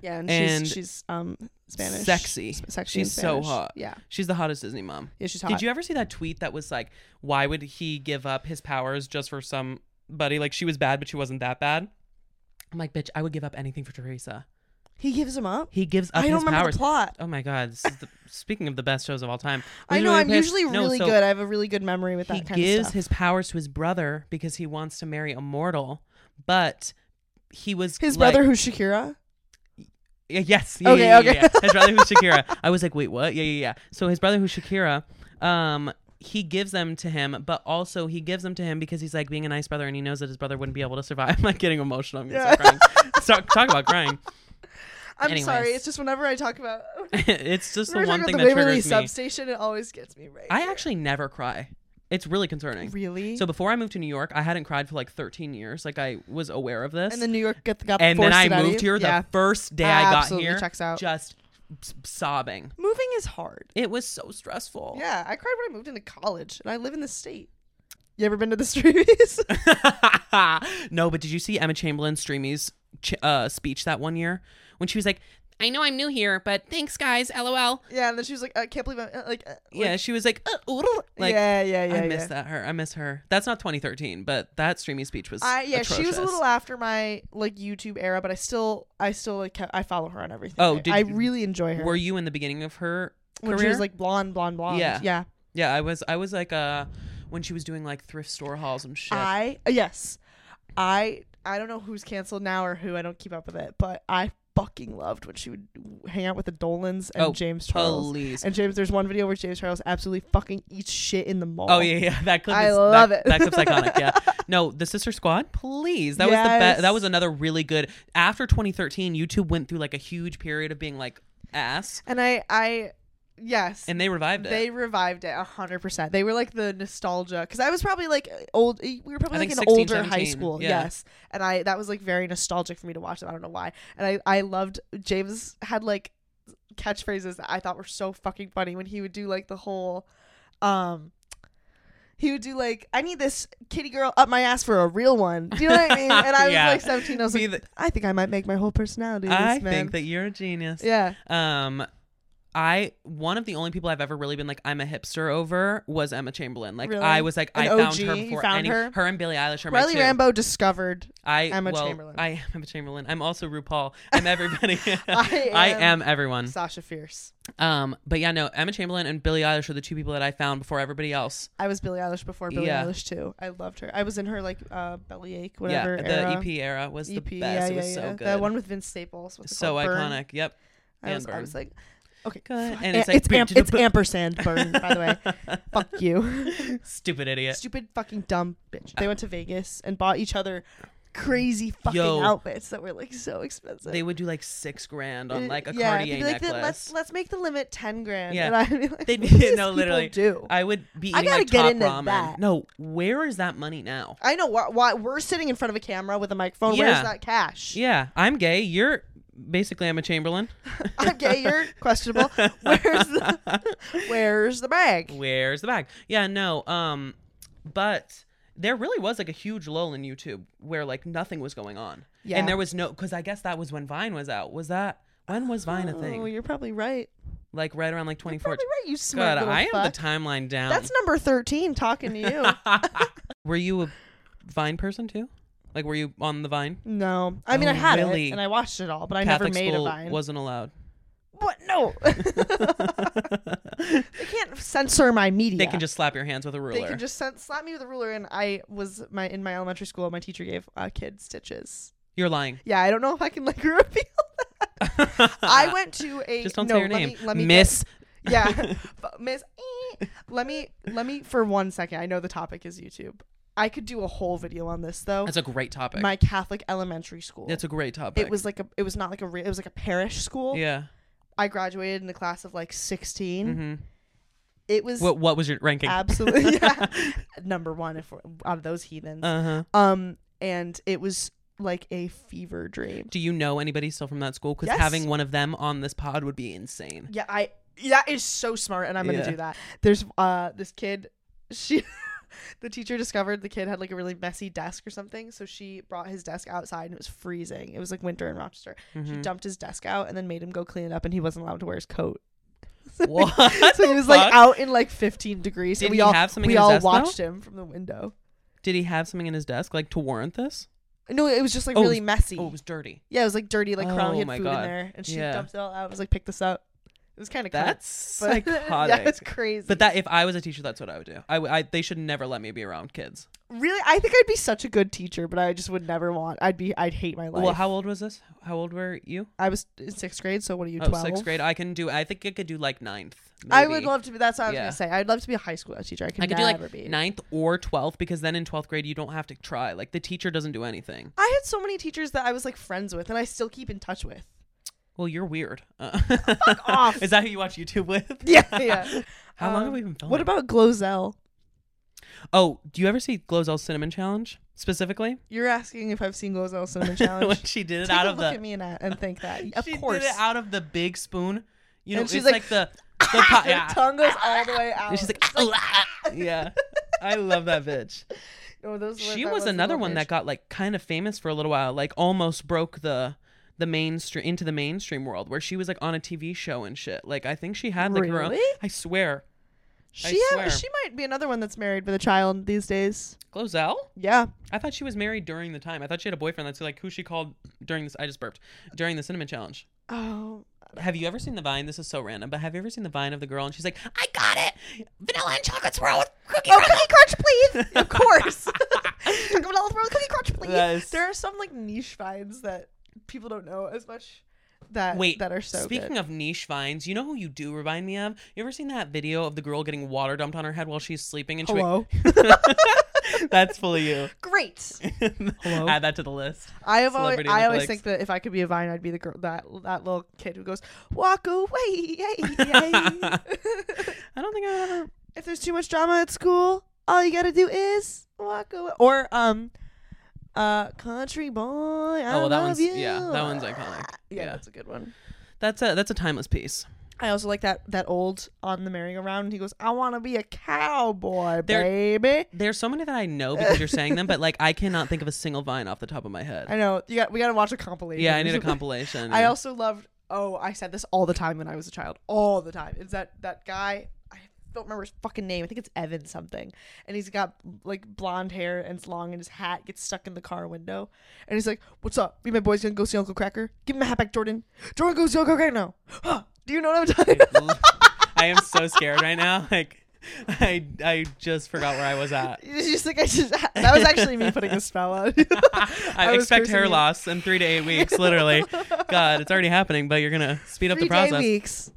[SPEAKER 2] Yeah, and,
[SPEAKER 3] And
[SPEAKER 2] she's she's um Spanish,
[SPEAKER 3] Sexy.
[SPEAKER 2] S- sexy and
[SPEAKER 3] She's so
[SPEAKER 2] Spanish.
[SPEAKER 3] hot.
[SPEAKER 2] Yeah,
[SPEAKER 3] She's the hottest Disney mom.
[SPEAKER 2] yeah, she's hot.
[SPEAKER 3] Did you ever see that tweet that was like, why would he give up his powers just for somebody? Like she was bad, but she wasn't that bad. I'm like, bitch, I would give up anything for Teresa.
[SPEAKER 2] He gives him up.
[SPEAKER 3] He gives up
[SPEAKER 2] I don't
[SPEAKER 3] his
[SPEAKER 2] remember
[SPEAKER 3] powers.
[SPEAKER 2] the plot.
[SPEAKER 3] Oh my god! This is the, speaking of the best shows of all time,
[SPEAKER 2] I know
[SPEAKER 3] Waverly
[SPEAKER 2] I'm
[SPEAKER 3] Place-
[SPEAKER 2] usually
[SPEAKER 3] No,
[SPEAKER 2] really
[SPEAKER 3] so
[SPEAKER 2] good. I have a really good memory with that
[SPEAKER 3] he
[SPEAKER 2] kind of
[SPEAKER 3] gives
[SPEAKER 2] stuff.
[SPEAKER 3] his powers to his brother because he wants to marry a mortal, but he was
[SPEAKER 2] His
[SPEAKER 3] like-
[SPEAKER 2] brother, who's Shakira.
[SPEAKER 3] Yeah, yes. Yeah,
[SPEAKER 2] Okay,
[SPEAKER 3] yeah, yeah,
[SPEAKER 2] okay.
[SPEAKER 3] yeah, yeah. His brother who's Shakira. I was like, wait, what? Yeah, yeah, yeah. So his brother who's Shakira, um, he gives them to him, but also he gives them to him because he's like being a nice brother and he knows that his brother wouldn't be able to survive. I'm like getting emotional. I'm gonna
[SPEAKER 2] Yeah.
[SPEAKER 3] start crying. start, talk about crying.
[SPEAKER 2] I'm
[SPEAKER 3] Anyways.
[SPEAKER 2] sorry. It's just whenever I talk about
[SPEAKER 3] it's just the
[SPEAKER 2] whenever I
[SPEAKER 3] one
[SPEAKER 2] talk
[SPEAKER 3] thing
[SPEAKER 2] about
[SPEAKER 3] that
[SPEAKER 2] the Waverly
[SPEAKER 3] triggers me.
[SPEAKER 2] substation, it always gets me right.
[SPEAKER 3] I
[SPEAKER 2] here.
[SPEAKER 3] actually never cry. It's really concerning.
[SPEAKER 2] really
[SPEAKER 3] So before I moved to New York, I hadn't cried for like 13 years. Like I was aware of this.
[SPEAKER 2] and then New York got, got
[SPEAKER 3] And then
[SPEAKER 2] forced
[SPEAKER 3] I
[SPEAKER 2] it out of
[SPEAKER 3] moved
[SPEAKER 2] you?
[SPEAKER 3] here the
[SPEAKER 2] Yeah.
[SPEAKER 3] first day I got
[SPEAKER 2] Absolutely
[SPEAKER 3] here.
[SPEAKER 2] checks out.
[SPEAKER 3] Just s- sobbing.
[SPEAKER 2] Moving is hard.
[SPEAKER 3] It was so stressful.
[SPEAKER 2] Yeah, I cried when I moved into college, and I live in the state. You ever been to the streets?
[SPEAKER 3] no, but did you see Emma Chamberlain's Streamy's ch- uh, speech that one year when she was like, "I know I'm new here, but thanks, guys. LOL."
[SPEAKER 2] yeah, and then she was like, "I can't believe I uh, like." uh,
[SPEAKER 3] yeah,
[SPEAKER 2] like-
[SPEAKER 3] she was like, uh, uh, like
[SPEAKER 2] yeah, yeah, yeah.
[SPEAKER 3] I miss
[SPEAKER 2] yeah.
[SPEAKER 3] that her. I miss her. That's not 2013, but that Streamy speech was.
[SPEAKER 2] I yeah, she was a
[SPEAKER 3] atrocious.
[SPEAKER 2] little after my like YouTube era, but I still, I still like, kept, I follow her on everything.
[SPEAKER 3] Oh,
[SPEAKER 2] I-
[SPEAKER 3] did
[SPEAKER 2] I
[SPEAKER 3] you-
[SPEAKER 2] really enjoy her
[SPEAKER 3] Were you in the beginning of her
[SPEAKER 2] when
[SPEAKER 3] career?
[SPEAKER 2] she was like blonde, blonde, blonde.
[SPEAKER 3] Yeah.
[SPEAKER 2] yeah.
[SPEAKER 3] yeah, I was. I was like, uh, when she was doing like thrift store hauls and shit.
[SPEAKER 2] I uh, yes, I I don't know who's canceled now or who. I don't keep up with it, but I fucking loved when she would hang out with the Dolans and
[SPEAKER 3] Oh,
[SPEAKER 2] James Charles.
[SPEAKER 3] Please.
[SPEAKER 2] And James, there's one video where James Charles absolutely fucking eats shit in the mall.
[SPEAKER 3] Oh yeah, yeah. That clip.
[SPEAKER 2] I
[SPEAKER 3] is,
[SPEAKER 2] love
[SPEAKER 3] that,
[SPEAKER 2] it.
[SPEAKER 3] That clip's iconic. Yeah. No, the Sister Squad. Please, that was the
[SPEAKER 2] Yes.
[SPEAKER 3] best. That was another really good. After 2013, YouTube went through like a huge period of being like ass,
[SPEAKER 2] And I I yes.
[SPEAKER 3] and they revived it.
[SPEAKER 2] they revived it hundred percent. They were like the nostalgia because I was probably like old. We were probably
[SPEAKER 3] I
[SPEAKER 2] like
[SPEAKER 3] think
[SPEAKER 2] in
[SPEAKER 3] 16,
[SPEAKER 2] older high
[SPEAKER 3] 17,
[SPEAKER 2] school,
[SPEAKER 3] yeah.
[SPEAKER 2] yes. And I that was like very nostalgic for me to watch them. I don't know why. And I I loved James had like catchphrases that I thought were so fucking funny when he would do like the whole, um. He would do like, I need this kitty girl up my ass for a real one. Do you know what I mean? And I was
[SPEAKER 3] Yeah.
[SPEAKER 2] like 17. I was
[SPEAKER 3] Me
[SPEAKER 2] like,
[SPEAKER 3] the-
[SPEAKER 2] I think I might make my whole personality. This
[SPEAKER 3] I
[SPEAKER 2] man.
[SPEAKER 3] think that you're a genius.
[SPEAKER 2] yeah.
[SPEAKER 3] Um, I one of the only people I've ever really been like I'm a hipster over was Emma Chamberlain. Like
[SPEAKER 2] Really?
[SPEAKER 3] I was like I
[SPEAKER 2] An
[SPEAKER 3] found
[SPEAKER 2] OG,
[SPEAKER 3] her
[SPEAKER 2] you
[SPEAKER 3] before
[SPEAKER 2] found
[SPEAKER 3] any
[SPEAKER 2] her?
[SPEAKER 3] her? and Billie Eilish are my
[SPEAKER 2] Riley
[SPEAKER 3] two.
[SPEAKER 2] Rambo discovered.
[SPEAKER 3] I
[SPEAKER 2] Emma
[SPEAKER 3] well,
[SPEAKER 2] Chamberlain.
[SPEAKER 3] I am Emma Chamberlain. I'm also RuPaul. I'm everybody.
[SPEAKER 2] I
[SPEAKER 3] I
[SPEAKER 2] am
[SPEAKER 3] am everyone.
[SPEAKER 2] Sasha Fierce.
[SPEAKER 3] Um, but yeah, no, Emma Chamberlain and Billie Eilish are the two people that I found before everybody else.
[SPEAKER 2] I was Billie Eilish before Billie
[SPEAKER 3] Yeah.
[SPEAKER 2] Eilish too. I loved her. I was in her like uh, bellyache, whatever.
[SPEAKER 3] yeah, the
[SPEAKER 2] era.
[SPEAKER 3] EP era was the
[SPEAKER 2] EP,
[SPEAKER 3] best.
[SPEAKER 2] yeah,
[SPEAKER 3] it was
[SPEAKER 2] yeah,
[SPEAKER 3] so
[SPEAKER 2] yeah.
[SPEAKER 3] good.
[SPEAKER 2] The one with Vince Staples. What's it
[SPEAKER 3] so
[SPEAKER 2] called? Burn.
[SPEAKER 3] iconic. Yep.
[SPEAKER 2] I
[SPEAKER 3] and
[SPEAKER 2] was, I
[SPEAKER 3] Burn.
[SPEAKER 2] was like, okay,
[SPEAKER 3] Good.
[SPEAKER 2] fuck.
[SPEAKER 3] And
[SPEAKER 2] A-
[SPEAKER 3] it's like,
[SPEAKER 2] it's, amp-
[SPEAKER 3] boop,
[SPEAKER 2] it's
[SPEAKER 3] boop.
[SPEAKER 2] ampersand burn. By the way, fuck you,
[SPEAKER 3] Stupid idiot.
[SPEAKER 2] stupid fucking dumb bitch.
[SPEAKER 3] Uh.
[SPEAKER 2] They went to Vegas and bought each other crazy fucking
[SPEAKER 3] Yo.
[SPEAKER 2] outfits that were like so expensive.
[SPEAKER 3] They would do like six grand
[SPEAKER 2] Uh,
[SPEAKER 3] on like a
[SPEAKER 2] yeah,
[SPEAKER 3] Cartier
[SPEAKER 2] they'd be like, "Then
[SPEAKER 3] necklace.
[SPEAKER 2] Let's let's make the limit ten grand.
[SPEAKER 3] Yeah.
[SPEAKER 2] and I'd be like,
[SPEAKER 3] They'd be-
[SPEAKER 2] "What do these
[SPEAKER 3] no,
[SPEAKER 2] people
[SPEAKER 3] literally.
[SPEAKER 2] do. I,
[SPEAKER 3] I would be eating
[SPEAKER 2] I gotta
[SPEAKER 3] like
[SPEAKER 2] get
[SPEAKER 3] top
[SPEAKER 2] into
[SPEAKER 3] ramen.
[SPEAKER 2] that.
[SPEAKER 3] No, where is that money now?
[SPEAKER 2] know why, why we're sitting in front of a camera with a microphone. Where's
[SPEAKER 3] Yeah.
[SPEAKER 2] that cash?
[SPEAKER 3] Yeah, I'm gay. You're basically Emma Chamberlain.
[SPEAKER 2] I'm gay. You're questionable. Where's the where's the bag?
[SPEAKER 3] Where's the bag? Yeah, no. Um, but there really was like a huge lull in YouTube where like nothing was going on.
[SPEAKER 2] Yeah.
[SPEAKER 3] And there was no because I guess that was when Vine was out. Was that when was Vine a
[SPEAKER 2] Oh,
[SPEAKER 3] thing?
[SPEAKER 2] you're probably right.
[SPEAKER 3] Like right around like 2014.
[SPEAKER 2] Probably right. You smart
[SPEAKER 3] God,
[SPEAKER 2] little
[SPEAKER 3] I am
[SPEAKER 2] fuck.
[SPEAKER 3] the timeline down.
[SPEAKER 2] That's number thirteen talking to you.
[SPEAKER 3] were you a Vine person too? Like were you on the Vine?
[SPEAKER 2] no, I mean I
[SPEAKER 3] Oh,
[SPEAKER 2] had
[SPEAKER 3] really?
[SPEAKER 2] it and I watched it all, but I
[SPEAKER 3] Catholic
[SPEAKER 2] never made
[SPEAKER 3] school
[SPEAKER 2] a vine.
[SPEAKER 3] wasn't allowed.
[SPEAKER 2] what? No, they can't censor my media.
[SPEAKER 3] They can just slap your hands with a ruler.
[SPEAKER 2] They can just sen- slap me with a ruler, and I was my in my elementary school. My teacher gave a kid stitches.
[SPEAKER 3] You're lying.
[SPEAKER 2] Yeah, I don't know if I can like reveal. I went to a
[SPEAKER 3] just don't
[SPEAKER 2] no,
[SPEAKER 3] say your
[SPEAKER 2] let
[SPEAKER 3] name.
[SPEAKER 2] me- let me get-
[SPEAKER 3] Miss
[SPEAKER 2] yeah, F- Miss. eh. Let me let me for one second. I know the topic is YouTube. I could do a whole video on this though.
[SPEAKER 3] That's a great topic.
[SPEAKER 2] my Catholic elementary school.
[SPEAKER 3] That's a great topic.
[SPEAKER 2] it was like a it was not like a re- it was like a parish school.
[SPEAKER 3] Yeah.
[SPEAKER 2] I graduated in the class of like 16.
[SPEAKER 3] hmm
[SPEAKER 2] It was
[SPEAKER 3] What what was your ranking?
[SPEAKER 2] absolutely yeah, number 1 if we're, out of those heathens.
[SPEAKER 3] uh-huh.
[SPEAKER 2] Um, and it was like a fever dream.
[SPEAKER 3] Do you know anybody still from that school? Because
[SPEAKER 2] Yes.
[SPEAKER 3] having one of them on this pod would be insane.
[SPEAKER 2] Yeah, I that is so smart, and I'm gonna
[SPEAKER 3] Yeah.
[SPEAKER 2] do that. There's uh this kid, she. The teacher discovered the kid had like a really messy desk or something, so she brought his desk outside and it was freezing. It was like winter in Rochester.
[SPEAKER 3] Mm-hmm.
[SPEAKER 2] She dumped his desk out and then made him go clean it up, and he wasn't allowed to wear his coat.
[SPEAKER 3] What?
[SPEAKER 2] So he was like out in like 15 degrees.
[SPEAKER 3] Did
[SPEAKER 2] and we
[SPEAKER 3] he
[SPEAKER 2] all
[SPEAKER 3] have something
[SPEAKER 2] we
[SPEAKER 3] in his
[SPEAKER 2] all
[SPEAKER 3] desk, though?
[SPEAKER 2] watched him from the window.
[SPEAKER 3] Did he have something in his desk like to warrant this?
[SPEAKER 2] No, it was just like
[SPEAKER 3] Oh, it
[SPEAKER 2] really
[SPEAKER 3] was-
[SPEAKER 2] messy.
[SPEAKER 3] Oh, it was dirty.
[SPEAKER 2] Yeah, it was like dirty, like crumb. He
[SPEAKER 3] Oh
[SPEAKER 2] had
[SPEAKER 3] my
[SPEAKER 2] food in
[SPEAKER 3] God.
[SPEAKER 2] there, and she
[SPEAKER 3] Yeah.
[SPEAKER 2] dumped it all out. I was like, pick this up. It was kind of
[SPEAKER 3] That's
[SPEAKER 2] but,
[SPEAKER 3] psychotic.
[SPEAKER 2] yeah, it's crazy.
[SPEAKER 3] but that if I was a teacher, that's what I would do. I, w- I- they should never let me be around kids.
[SPEAKER 2] really, I think I'd be such a good teacher, but I just would never want. I'd be, I'd hate my life.
[SPEAKER 3] Well, how old was this? How old were you?
[SPEAKER 2] I was in sixth grade, so what are you?
[SPEAKER 3] Oh,
[SPEAKER 2] Twelve.
[SPEAKER 3] sixth grade. I can do. I think I could do like ninth.
[SPEAKER 2] I would
[SPEAKER 3] maybe.
[SPEAKER 2] love to be. That's what I was
[SPEAKER 3] Yeah.
[SPEAKER 2] gonna say. I'd love to be a high school teacher. I could,
[SPEAKER 3] I could do
[SPEAKER 2] never
[SPEAKER 3] like
[SPEAKER 2] be.
[SPEAKER 3] ninth or twelfth because then in twelfth grade you don't have to try. Like the teacher doesn't do anything.
[SPEAKER 2] I had so many teachers that I was like friends with, and I still keep in touch with.
[SPEAKER 3] Well, you're weird. Uh,
[SPEAKER 2] off.
[SPEAKER 3] Is that who you watch YouTube with?
[SPEAKER 2] Yeah, yeah.
[SPEAKER 3] How long have
[SPEAKER 2] Um,
[SPEAKER 3] we been filming?
[SPEAKER 2] What about Glozell?
[SPEAKER 3] Oh, do you ever see Glozell's cinnamon challenge specifically?
[SPEAKER 2] You're asking if I've seen Glozell Cinnamon Challenge.
[SPEAKER 3] when she did it
[SPEAKER 2] Take
[SPEAKER 3] out
[SPEAKER 2] a
[SPEAKER 3] of
[SPEAKER 2] look
[SPEAKER 3] the
[SPEAKER 2] at me and, uh, and think that. Of
[SPEAKER 3] she
[SPEAKER 2] course.
[SPEAKER 3] did it out of the big spoon. You know,
[SPEAKER 2] And she's
[SPEAKER 3] it's
[SPEAKER 2] like,
[SPEAKER 3] like, the the pot.
[SPEAKER 2] Her
[SPEAKER 3] Yeah.
[SPEAKER 2] tongue goes all the way out.
[SPEAKER 3] And she's like, yeah. I love that bitch.
[SPEAKER 2] No, Oh, those were-
[SPEAKER 3] She
[SPEAKER 2] that
[SPEAKER 3] was
[SPEAKER 2] the
[SPEAKER 3] another
[SPEAKER 2] little
[SPEAKER 3] one that
[SPEAKER 2] bitch.
[SPEAKER 3] got like kind of famous for a little while, like almost broke the the mainstream into the mainstream world where she was like on a TV show and shit. Like I think she had like her own
[SPEAKER 2] Really?
[SPEAKER 3] I swear. I
[SPEAKER 2] She ha-
[SPEAKER 3] swear.
[SPEAKER 2] she might be another one that's married with a child these days.
[SPEAKER 3] Glozell?
[SPEAKER 2] Yeah.
[SPEAKER 3] I thought she was married during the time. I thought she had a boyfriend. That's like who she called during this. I just burped during the cinnamon challenge.
[SPEAKER 2] Oh.
[SPEAKER 3] Have you ever seen the vine? This is so random, but have you ever seen the vine of the girl and she's like, "I got it, vanilla and chocolate swirl with cookie."
[SPEAKER 2] Oh, cookie crunch, please. of course. Talk about all the cookie crunch, please.
[SPEAKER 3] Yes.
[SPEAKER 2] There are some like niche finds that people don't know as much. That
[SPEAKER 3] Wait,
[SPEAKER 2] that are so.
[SPEAKER 3] speaking of niche vines, you know who you do remind me of? You ever seen that video of the girl getting water dumped on her head while she's sleeping and she?
[SPEAKER 2] hello.
[SPEAKER 3] That's fully you.
[SPEAKER 2] Great.
[SPEAKER 3] Hello? Add that to the list.
[SPEAKER 2] I have always,
[SPEAKER 3] Celebrity
[SPEAKER 2] I always
[SPEAKER 3] lookalikes.
[SPEAKER 2] think that if I could be a vine, I'd be the girl that that little kid who goes walk away. yay, yay."
[SPEAKER 3] I don't think I ever.
[SPEAKER 2] if there's too much drama at school, all you gotta do is walk away. Or um, uh, country boy. I
[SPEAKER 3] Oh, well, that
[SPEAKER 2] love
[SPEAKER 3] one's
[SPEAKER 2] you. Uh,
[SPEAKER 3] yeah, that one's iconic.
[SPEAKER 2] Yeah,
[SPEAKER 3] Yeah,
[SPEAKER 2] that's a good one.
[SPEAKER 3] that's a that's a timeless piece.
[SPEAKER 2] I also like that that old on the merry-go-round. He goes, "I want to be a cowboy,
[SPEAKER 3] There-
[SPEAKER 2] baby."
[SPEAKER 3] There's so many that I know because you're saying them, but like I cannot think of a single vine off the top of my head.
[SPEAKER 2] I know you got. We gotta watch a compilation.
[SPEAKER 3] yeah, I need a compilation.
[SPEAKER 2] I also loved oh, I said this all the time when I was a child, all the time. It's that that guy. I don't remember his fucking name. I think it's Evan something, and he's got like blonde hair and it's long, and his hat gets stuck in the car window, and he's like, "What's up? Me and my boys gonna go see Uncle Cracker. Give him a hat back, Jordan. Jordan goes see Uncle Cracker now. Huh. Do you know what I'm talking? about?
[SPEAKER 3] I am so scared right now. Like, I I just forgot where I was at.
[SPEAKER 2] It's just like I just that was actually me putting a spell on. you.
[SPEAKER 3] I,
[SPEAKER 2] I was
[SPEAKER 3] expect
[SPEAKER 2] cursing
[SPEAKER 3] hair
[SPEAKER 2] you.
[SPEAKER 3] loss in three to eight weeks, literally. God, it's already happening, but you're gonna speed up
[SPEAKER 2] Three
[SPEAKER 3] the
[SPEAKER 2] day
[SPEAKER 3] process.
[SPEAKER 2] weeks.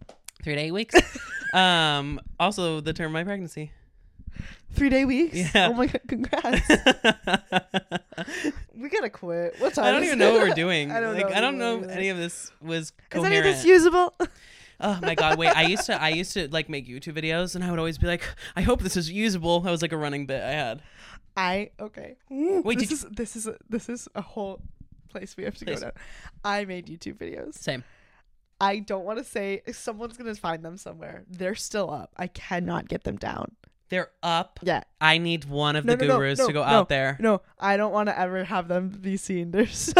[SPEAKER 3] Three to eight weeks. um, also the term of my pregnancy.
[SPEAKER 2] Three day weeks.
[SPEAKER 3] Yeah.
[SPEAKER 2] Oh my god! Congrats.
[SPEAKER 3] I
[SPEAKER 2] we gotta quit. What time?
[SPEAKER 3] don't
[SPEAKER 2] is
[SPEAKER 3] even
[SPEAKER 2] it?
[SPEAKER 3] know what we're doing.
[SPEAKER 2] I don't
[SPEAKER 3] like,
[SPEAKER 2] know
[SPEAKER 3] I don't know
[SPEAKER 2] anymore
[SPEAKER 3] if
[SPEAKER 2] either.
[SPEAKER 3] any of this was
[SPEAKER 2] Is
[SPEAKER 3] coherent.
[SPEAKER 2] any of this usable?
[SPEAKER 3] Oh my god, wait. I used to I used to like make YouTube videos and I would always be like, I hope this is usable. That was like a running bit I had.
[SPEAKER 2] I okay.
[SPEAKER 3] Wait,
[SPEAKER 2] this
[SPEAKER 3] did
[SPEAKER 2] is this is a, this is a whole place we have to
[SPEAKER 3] Please.
[SPEAKER 2] go down. I made YouTube videos.
[SPEAKER 3] Same.
[SPEAKER 2] I don't want to say someone's gonna find them somewhere. They're still up. I cannot get them down.
[SPEAKER 3] They're up.
[SPEAKER 2] Yeah.
[SPEAKER 3] I need one of
[SPEAKER 2] No,
[SPEAKER 3] the
[SPEAKER 2] no, no,
[SPEAKER 3] gurus
[SPEAKER 2] no,
[SPEAKER 3] to go
[SPEAKER 2] no,
[SPEAKER 3] out there.
[SPEAKER 2] No, I don't want to ever have them be seen. They're so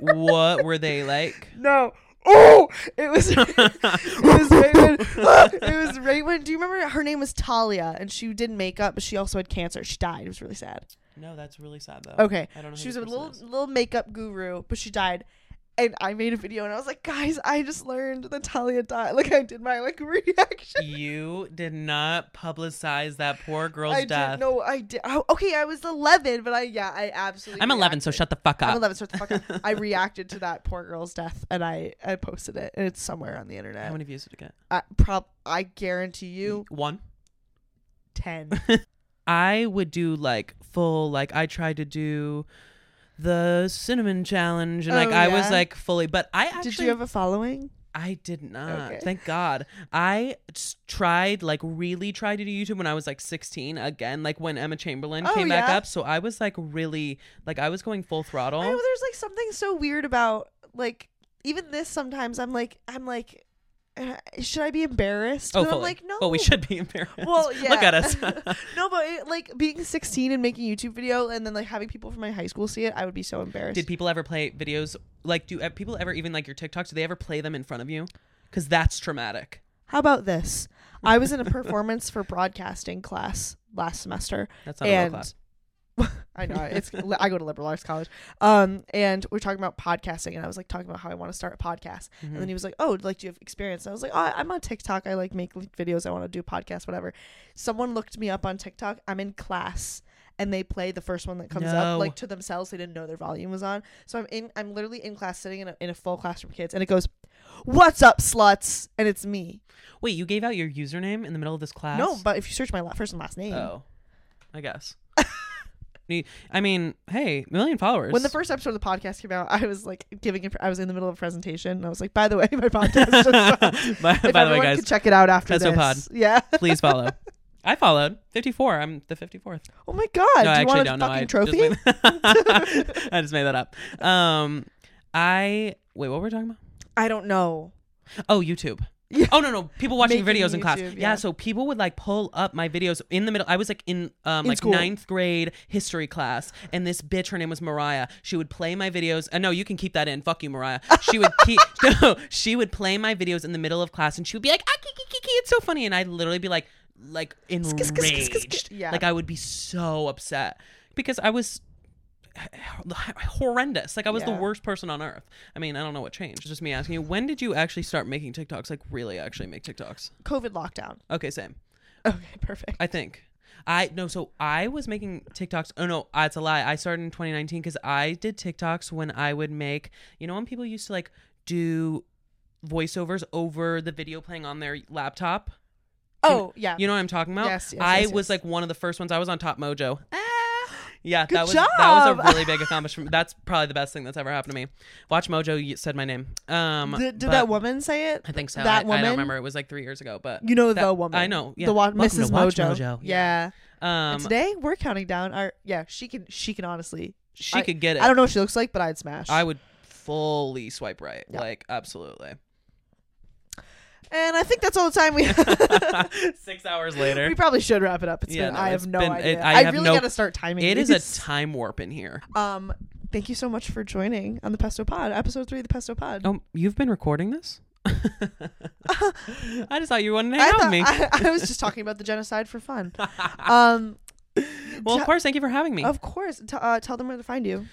[SPEAKER 2] embarrassing.
[SPEAKER 3] What were they like?
[SPEAKER 2] No. Oh, it was it was right when, it was right when. Do you remember her name was Talia and she did makeup, but she also had cancer. She died. It was really sad.
[SPEAKER 3] No, that's really sad though.
[SPEAKER 2] Okay.
[SPEAKER 3] I don't know.
[SPEAKER 2] She
[SPEAKER 3] who
[SPEAKER 2] was a
[SPEAKER 3] this person
[SPEAKER 2] little
[SPEAKER 3] is.
[SPEAKER 2] little makeup guru, but she died. And I made a video and I was like, guys, I just learned that Talia died. Like I did my like reaction.
[SPEAKER 3] You did not publicize that poor girl's
[SPEAKER 2] I
[SPEAKER 3] death.
[SPEAKER 2] did no, I did. Oh, okay, I was eleven, but I yeah, I absolutely.
[SPEAKER 3] I'm 11, so
[SPEAKER 2] reacted.
[SPEAKER 3] shut the fuck
[SPEAKER 2] I'm
[SPEAKER 3] up.
[SPEAKER 2] 11, so shut the fuck up. I reacted to that poor girl's death, and I, I posted it, and it's somewhere on the
[SPEAKER 3] How
[SPEAKER 2] internet.
[SPEAKER 3] many views did it get?
[SPEAKER 2] I prob I guarantee you
[SPEAKER 3] One.
[SPEAKER 2] ten.
[SPEAKER 3] I would do like full like I tried to do the cinnamon challenge and
[SPEAKER 2] Oh,
[SPEAKER 3] like I was
[SPEAKER 2] yeah?
[SPEAKER 3] like fully but I actually
[SPEAKER 2] Did you have a following?
[SPEAKER 3] I did not.
[SPEAKER 2] Okay.
[SPEAKER 3] Thank God. I s- tried like really tried to do YouTube when I was like 16 again like when Emma Chamberlain
[SPEAKER 2] Oh,
[SPEAKER 3] came back
[SPEAKER 2] yeah?
[SPEAKER 3] up so I was like really like I was going full throttle.
[SPEAKER 2] I know there's like something so weird about like even this. Sometimes I'm like I'm like, uh, should I be embarrassed?
[SPEAKER 3] oh,
[SPEAKER 2] but I'm
[SPEAKER 3] fully.
[SPEAKER 2] like no.
[SPEAKER 3] Well, we should be embarrassed.
[SPEAKER 2] Well, yeah.
[SPEAKER 3] Look at us.
[SPEAKER 2] no, but it, like being 16 and making a YouTube video, and then like having people from my high school see it, I would be so embarrassed.
[SPEAKER 3] Did people ever play videos like do uh, people ever even like your TikToks? Do they ever play them in front of you? Because that's traumatic.
[SPEAKER 2] How about this? I was in a performance for broadcasting class last semester,
[SPEAKER 3] That's not a real
[SPEAKER 2] and
[SPEAKER 3] class.
[SPEAKER 2] I know it's I go to liberal arts college. Um, and we are talking about podcasting, and I was like talking about how I want to start a podcast,
[SPEAKER 3] Mm-hmm.
[SPEAKER 2] and then he was like, "Oh, like do you have experience?" And I was like, "Oh, I'm on TikTok. I like make videos. I want to do podcasts, whatever." Someone looked me up on TikTok. I'm in class. And they play the first one that comes
[SPEAKER 3] No.
[SPEAKER 2] up like to themselves. They didn't know their volume was on. So I'm in. I'm literally in class, sitting in a, in a full classroom of kids, and it goes, "What's up, sluts?" And it's me.
[SPEAKER 3] Wait, you gave out your username in the middle of this class?
[SPEAKER 2] No, but if you search my la- first and last name,
[SPEAKER 3] Oh, I guess. Ne- I mean, hey, million followers.
[SPEAKER 2] When the first episode of the podcast came out, I was like giving. A, I was in the middle of a presentation, and I was like, "By the way, my podcast." Just started.
[SPEAKER 3] by,
[SPEAKER 2] if
[SPEAKER 3] by the way,
[SPEAKER 2] everyone
[SPEAKER 3] guys,
[SPEAKER 2] could check it out after
[SPEAKER 3] Pesto
[SPEAKER 2] this.
[SPEAKER 3] Pod.
[SPEAKER 2] Yeah.
[SPEAKER 3] please follow. I followed 54. I'm the 54th.
[SPEAKER 2] Oh my god!
[SPEAKER 3] no,
[SPEAKER 2] do you
[SPEAKER 3] I actually
[SPEAKER 2] want a
[SPEAKER 3] don't know.
[SPEAKER 2] fucking
[SPEAKER 3] I
[SPEAKER 2] trophy?
[SPEAKER 3] Just made, I just made that up. Um, I wait. What were we talking about?
[SPEAKER 2] I don't know.
[SPEAKER 3] Oh, YouTube.
[SPEAKER 2] Yeah.
[SPEAKER 3] Oh no no! People watching
[SPEAKER 2] Making
[SPEAKER 3] videos in class.
[SPEAKER 2] YouTube,
[SPEAKER 3] yeah.
[SPEAKER 2] yeah.
[SPEAKER 3] so people would like pull up my videos in the middle. I was like in um
[SPEAKER 2] In
[SPEAKER 3] like
[SPEAKER 2] school.
[SPEAKER 3] ninth grade history class, and this bitch, her name was Mariah. She would play my videos. Uh, no, you can keep that in. Fuck you, Mariah. She would keep no. She would play my videos in the middle of class, and she would be like, ah, kiki, kiki, "It's so funny," and I'd literally be like, like
[SPEAKER 2] skis, skis, skis, skis.
[SPEAKER 3] enraged.
[SPEAKER 2] Yeah.
[SPEAKER 3] Like I would be so upset because I was horrendous. Like I was the
[SPEAKER 2] Yeah.
[SPEAKER 3] worst person on earth. I mean, I don't know what changed. It's just me asking you, when did you actually start making TikToks? Like really actually make TikToks?
[SPEAKER 2] COVID lockdown.
[SPEAKER 3] Okay, same.
[SPEAKER 2] Okay, perfect.
[SPEAKER 3] I think. I no, so I was making TikToks. Oh no, it's a lie. I started in 2019 because I did TikToks when I would make. You know when people used to like do voiceovers over the video playing on their laptop.
[SPEAKER 2] oh yeah.
[SPEAKER 3] You know what I'm talking about?
[SPEAKER 2] Yes, yes,
[SPEAKER 3] I
[SPEAKER 2] yes,
[SPEAKER 3] was
[SPEAKER 2] yes.
[SPEAKER 3] like one of the first ones. I was on Top Mojo.
[SPEAKER 2] Ah,
[SPEAKER 3] Yeah,
[SPEAKER 2] Good
[SPEAKER 3] that was that was
[SPEAKER 2] job.
[SPEAKER 3] a really big accomplishment. That's probably the best thing that's ever happened to me. Watch Mojo you said my name. Um,
[SPEAKER 2] did did
[SPEAKER 3] but-
[SPEAKER 2] that woman say it?
[SPEAKER 3] I think so.
[SPEAKER 2] that
[SPEAKER 3] I- I,
[SPEAKER 2] woman?
[SPEAKER 3] don't remember. It was like three years ago, but
[SPEAKER 2] You know
[SPEAKER 3] that-
[SPEAKER 2] the woman.
[SPEAKER 3] I know. Yeah.
[SPEAKER 2] The wa-
[SPEAKER 3] Welcome to
[SPEAKER 2] Mrs.
[SPEAKER 3] Watch
[SPEAKER 2] Mojo.
[SPEAKER 3] Mojo.
[SPEAKER 2] Yeah. and
[SPEAKER 3] Um,
[SPEAKER 2] today we're counting down our. Yeah, she can. She can honestly.
[SPEAKER 3] she
[SPEAKER 2] I-
[SPEAKER 3] could get it.
[SPEAKER 2] I don't know what she looks like, but I'd smash.
[SPEAKER 3] I would fully swipe right.
[SPEAKER 2] Yeah.
[SPEAKER 3] Like absolutely.
[SPEAKER 2] And I think that's all the time we
[SPEAKER 3] Six hours later.
[SPEAKER 2] We probably should wrap it up. It's
[SPEAKER 3] Yeah,
[SPEAKER 2] been,
[SPEAKER 3] no,
[SPEAKER 2] I have
[SPEAKER 3] it's
[SPEAKER 2] no
[SPEAKER 3] been-
[SPEAKER 2] idea.
[SPEAKER 3] it- I
[SPEAKER 2] I,
[SPEAKER 3] have
[SPEAKER 2] really
[SPEAKER 3] no-
[SPEAKER 2] got to start timing.
[SPEAKER 3] It is
[SPEAKER 2] these.
[SPEAKER 3] a time warp in here.
[SPEAKER 2] um, thank you so much for joining on the Pesto Pod, episode three of the Pesto Pod.
[SPEAKER 3] Oh, you've been recording this? I just thought you wanted to
[SPEAKER 2] I,
[SPEAKER 3] hang out with
[SPEAKER 2] thought,
[SPEAKER 3] me.
[SPEAKER 2] I, I was just talking about the genocide for fun. Um,
[SPEAKER 3] well, of course, thank you for having me.
[SPEAKER 2] of course, t- uh, tell them where to find you.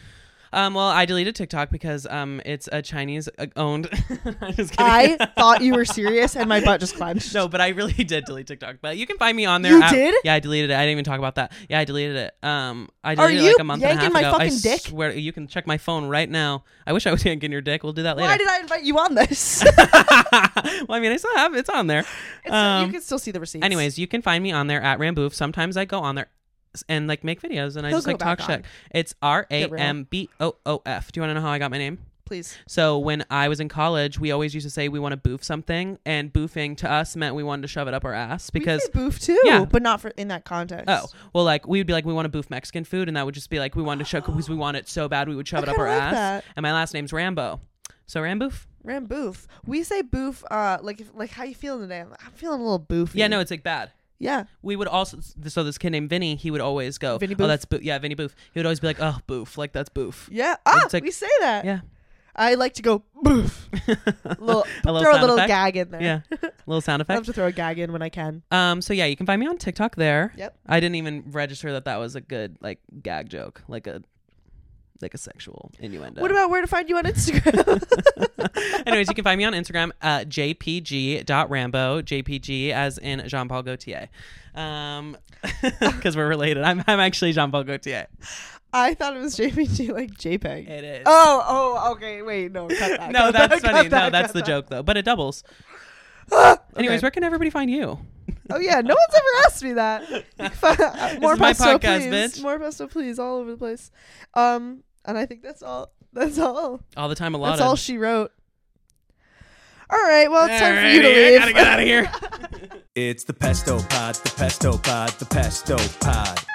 [SPEAKER 3] Um, well, I deleted TikTok because um, it's a Chinese uh, owned. I'm just kidding.
[SPEAKER 2] I thought you were serious, and my butt just climbed.
[SPEAKER 3] No, but I really did delete TikTok. But you can find me on there.
[SPEAKER 2] You
[SPEAKER 3] at-
[SPEAKER 2] did?
[SPEAKER 3] Yeah, I deleted it. I didn't even talk about that. Yeah, I deleted it. Um, I
[SPEAKER 2] Are
[SPEAKER 3] deleted it
[SPEAKER 2] you
[SPEAKER 3] like a month and a half
[SPEAKER 2] yanking my
[SPEAKER 3] ago. I
[SPEAKER 2] fucking dick?
[SPEAKER 3] swear you can check my phone right now. I wish I was yanking your dick. We'll do that later.
[SPEAKER 2] Why did I invite you on this?
[SPEAKER 3] well, I mean, I still have it's on there.
[SPEAKER 2] It's-
[SPEAKER 3] Um,
[SPEAKER 2] you can still see the receipts.
[SPEAKER 3] Anyways, you can find me on there at Ramboof. Sometimes I go on there s- and like make videos and I
[SPEAKER 2] He'll
[SPEAKER 3] just like
[SPEAKER 2] go
[SPEAKER 3] talk
[SPEAKER 2] back
[SPEAKER 3] shit.
[SPEAKER 2] on.
[SPEAKER 3] It's R A
[SPEAKER 2] Get real.
[SPEAKER 3] M B O O F. Do you want to know how I got my name?
[SPEAKER 2] please.
[SPEAKER 3] So when I was in college, we always used to say we want to boof something, and boofing to us meant we wanted to shove it up our ass because
[SPEAKER 2] we say boof too,
[SPEAKER 3] Yeah.
[SPEAKER 2] but not for in that context.
[SPEAKER 3] Oh, well, like we would be like, we want to boof Mexican food, and that would just be like, we wanted to show because we want it so bad, we would shove
[SPEAKER 2] I
[SPEAKER 3] it up our
[SPEAKER 2] kinda like
[SPEAKER 3] ass.
[SPEAKER 2] that.
[SPEAKER 3] And my last name's Rambo, so Ramboof.
[SPEAKER 2] Ram boof. We say boof. Uh, like if, like how you feeling today? I'm, like, I'm feeling a little boofy.
[SPEAKER 3] Yeah, no, it's like bad.
[SPEAKER 2] yeah.
[SPEAKER 3] We would also so this kid named Vinny, he would always go,
[SPEAKER 2] Vinny
[SPEAKER 3] oh,
[SPEAKER 2] Boof?
[SPEAKER 3] that's boof. Yeah, Vinny Boof. He would always be like, oh, boof, like that's boof.
[SPEAKER 2] Yeah. Ah,
[SPEAKER 3] It's like-
[SPEAKER 2] we say that.
[SPEAKER 3] Yeah,
[SPEAKER 2] I like to go boof. Little,
[SPEAKER 3] A little
[SPEAKER 2] throw a
[SPEAKER 3] sound
[SPEAKER 2] little
[SPEAKER 3] effect?
[SPEAKER 2] gag in there.
[SPEAKER 3] yeah, little sound
[SPEAKER 2] I love
[SPEAKER 3] effect.
[SPEAKER 2] to throw a gag in when I can.
[SPEAKER 3] Um, so yeah, you can find me on TikTok there.
[SPEAKER 2] Yep.
[SPEAKER 3] I didn't even register that that was a good like gag joke, like a like a sexual innuendo.
[SPEAKER 2] What about where to find you on Instagram?
[SPEAKER 3] Anyways, you can find me on Instagram at jpg.rambo, jpg as in Jean Paul Gaultier. Um, because we're related. I'm, I'm actually Jean Paul Gaultier.
[SPEAKER 2] I thought it was JPG like JPEG.
[SPEAKER 3] It is.
[SPEAKER 2] Oh, oh, okay. Wait, no, cut that.
[SPEAKER 3] no,
[SPEAKER 2] cut that,
[SPEAKER 3] that's
[SPEAKER 2] cut
[SPEAKER 3] funny.
[SPEAKER 2] that,
[SPEAKER 3] no,
[SPEAKER 2] cut
[SPEAKER 3] that's the
[SPEAKER 2] that.
[SPEAKER 3] joke, though. But it doubles. Anyways,
[SPEAKER 2] Okay.
[SPEAKER 3] where can everybody find you?
[SPEAKER 2] Oh yeah, no one's ever asked me that. More
[SPEAKER 3] is my
[SPEAKER 2] pesto,
[SPEAKER 3] podcast,
[SPEAKER 2] please.
[SPEAKER 3] bitch.
[SPEAKER 2] More pesto, please, all over the place. Um, and I think that's all. That's all.
[SPEAKER 3] All the time, a lot
[SPEAKER 2] That's all
[SPEAKER 3] of.
[SPEAKER 2] she wrote. All right. Well, it's time for you to
[SPEAKER 3] Alrighty,
[SPEAKER 2] leave.
[SPEAKER 3] I gotta get out of here.
[SPEAKER 1] It's the Pesto Pod, the Pesto Pod, the Pesto Pod.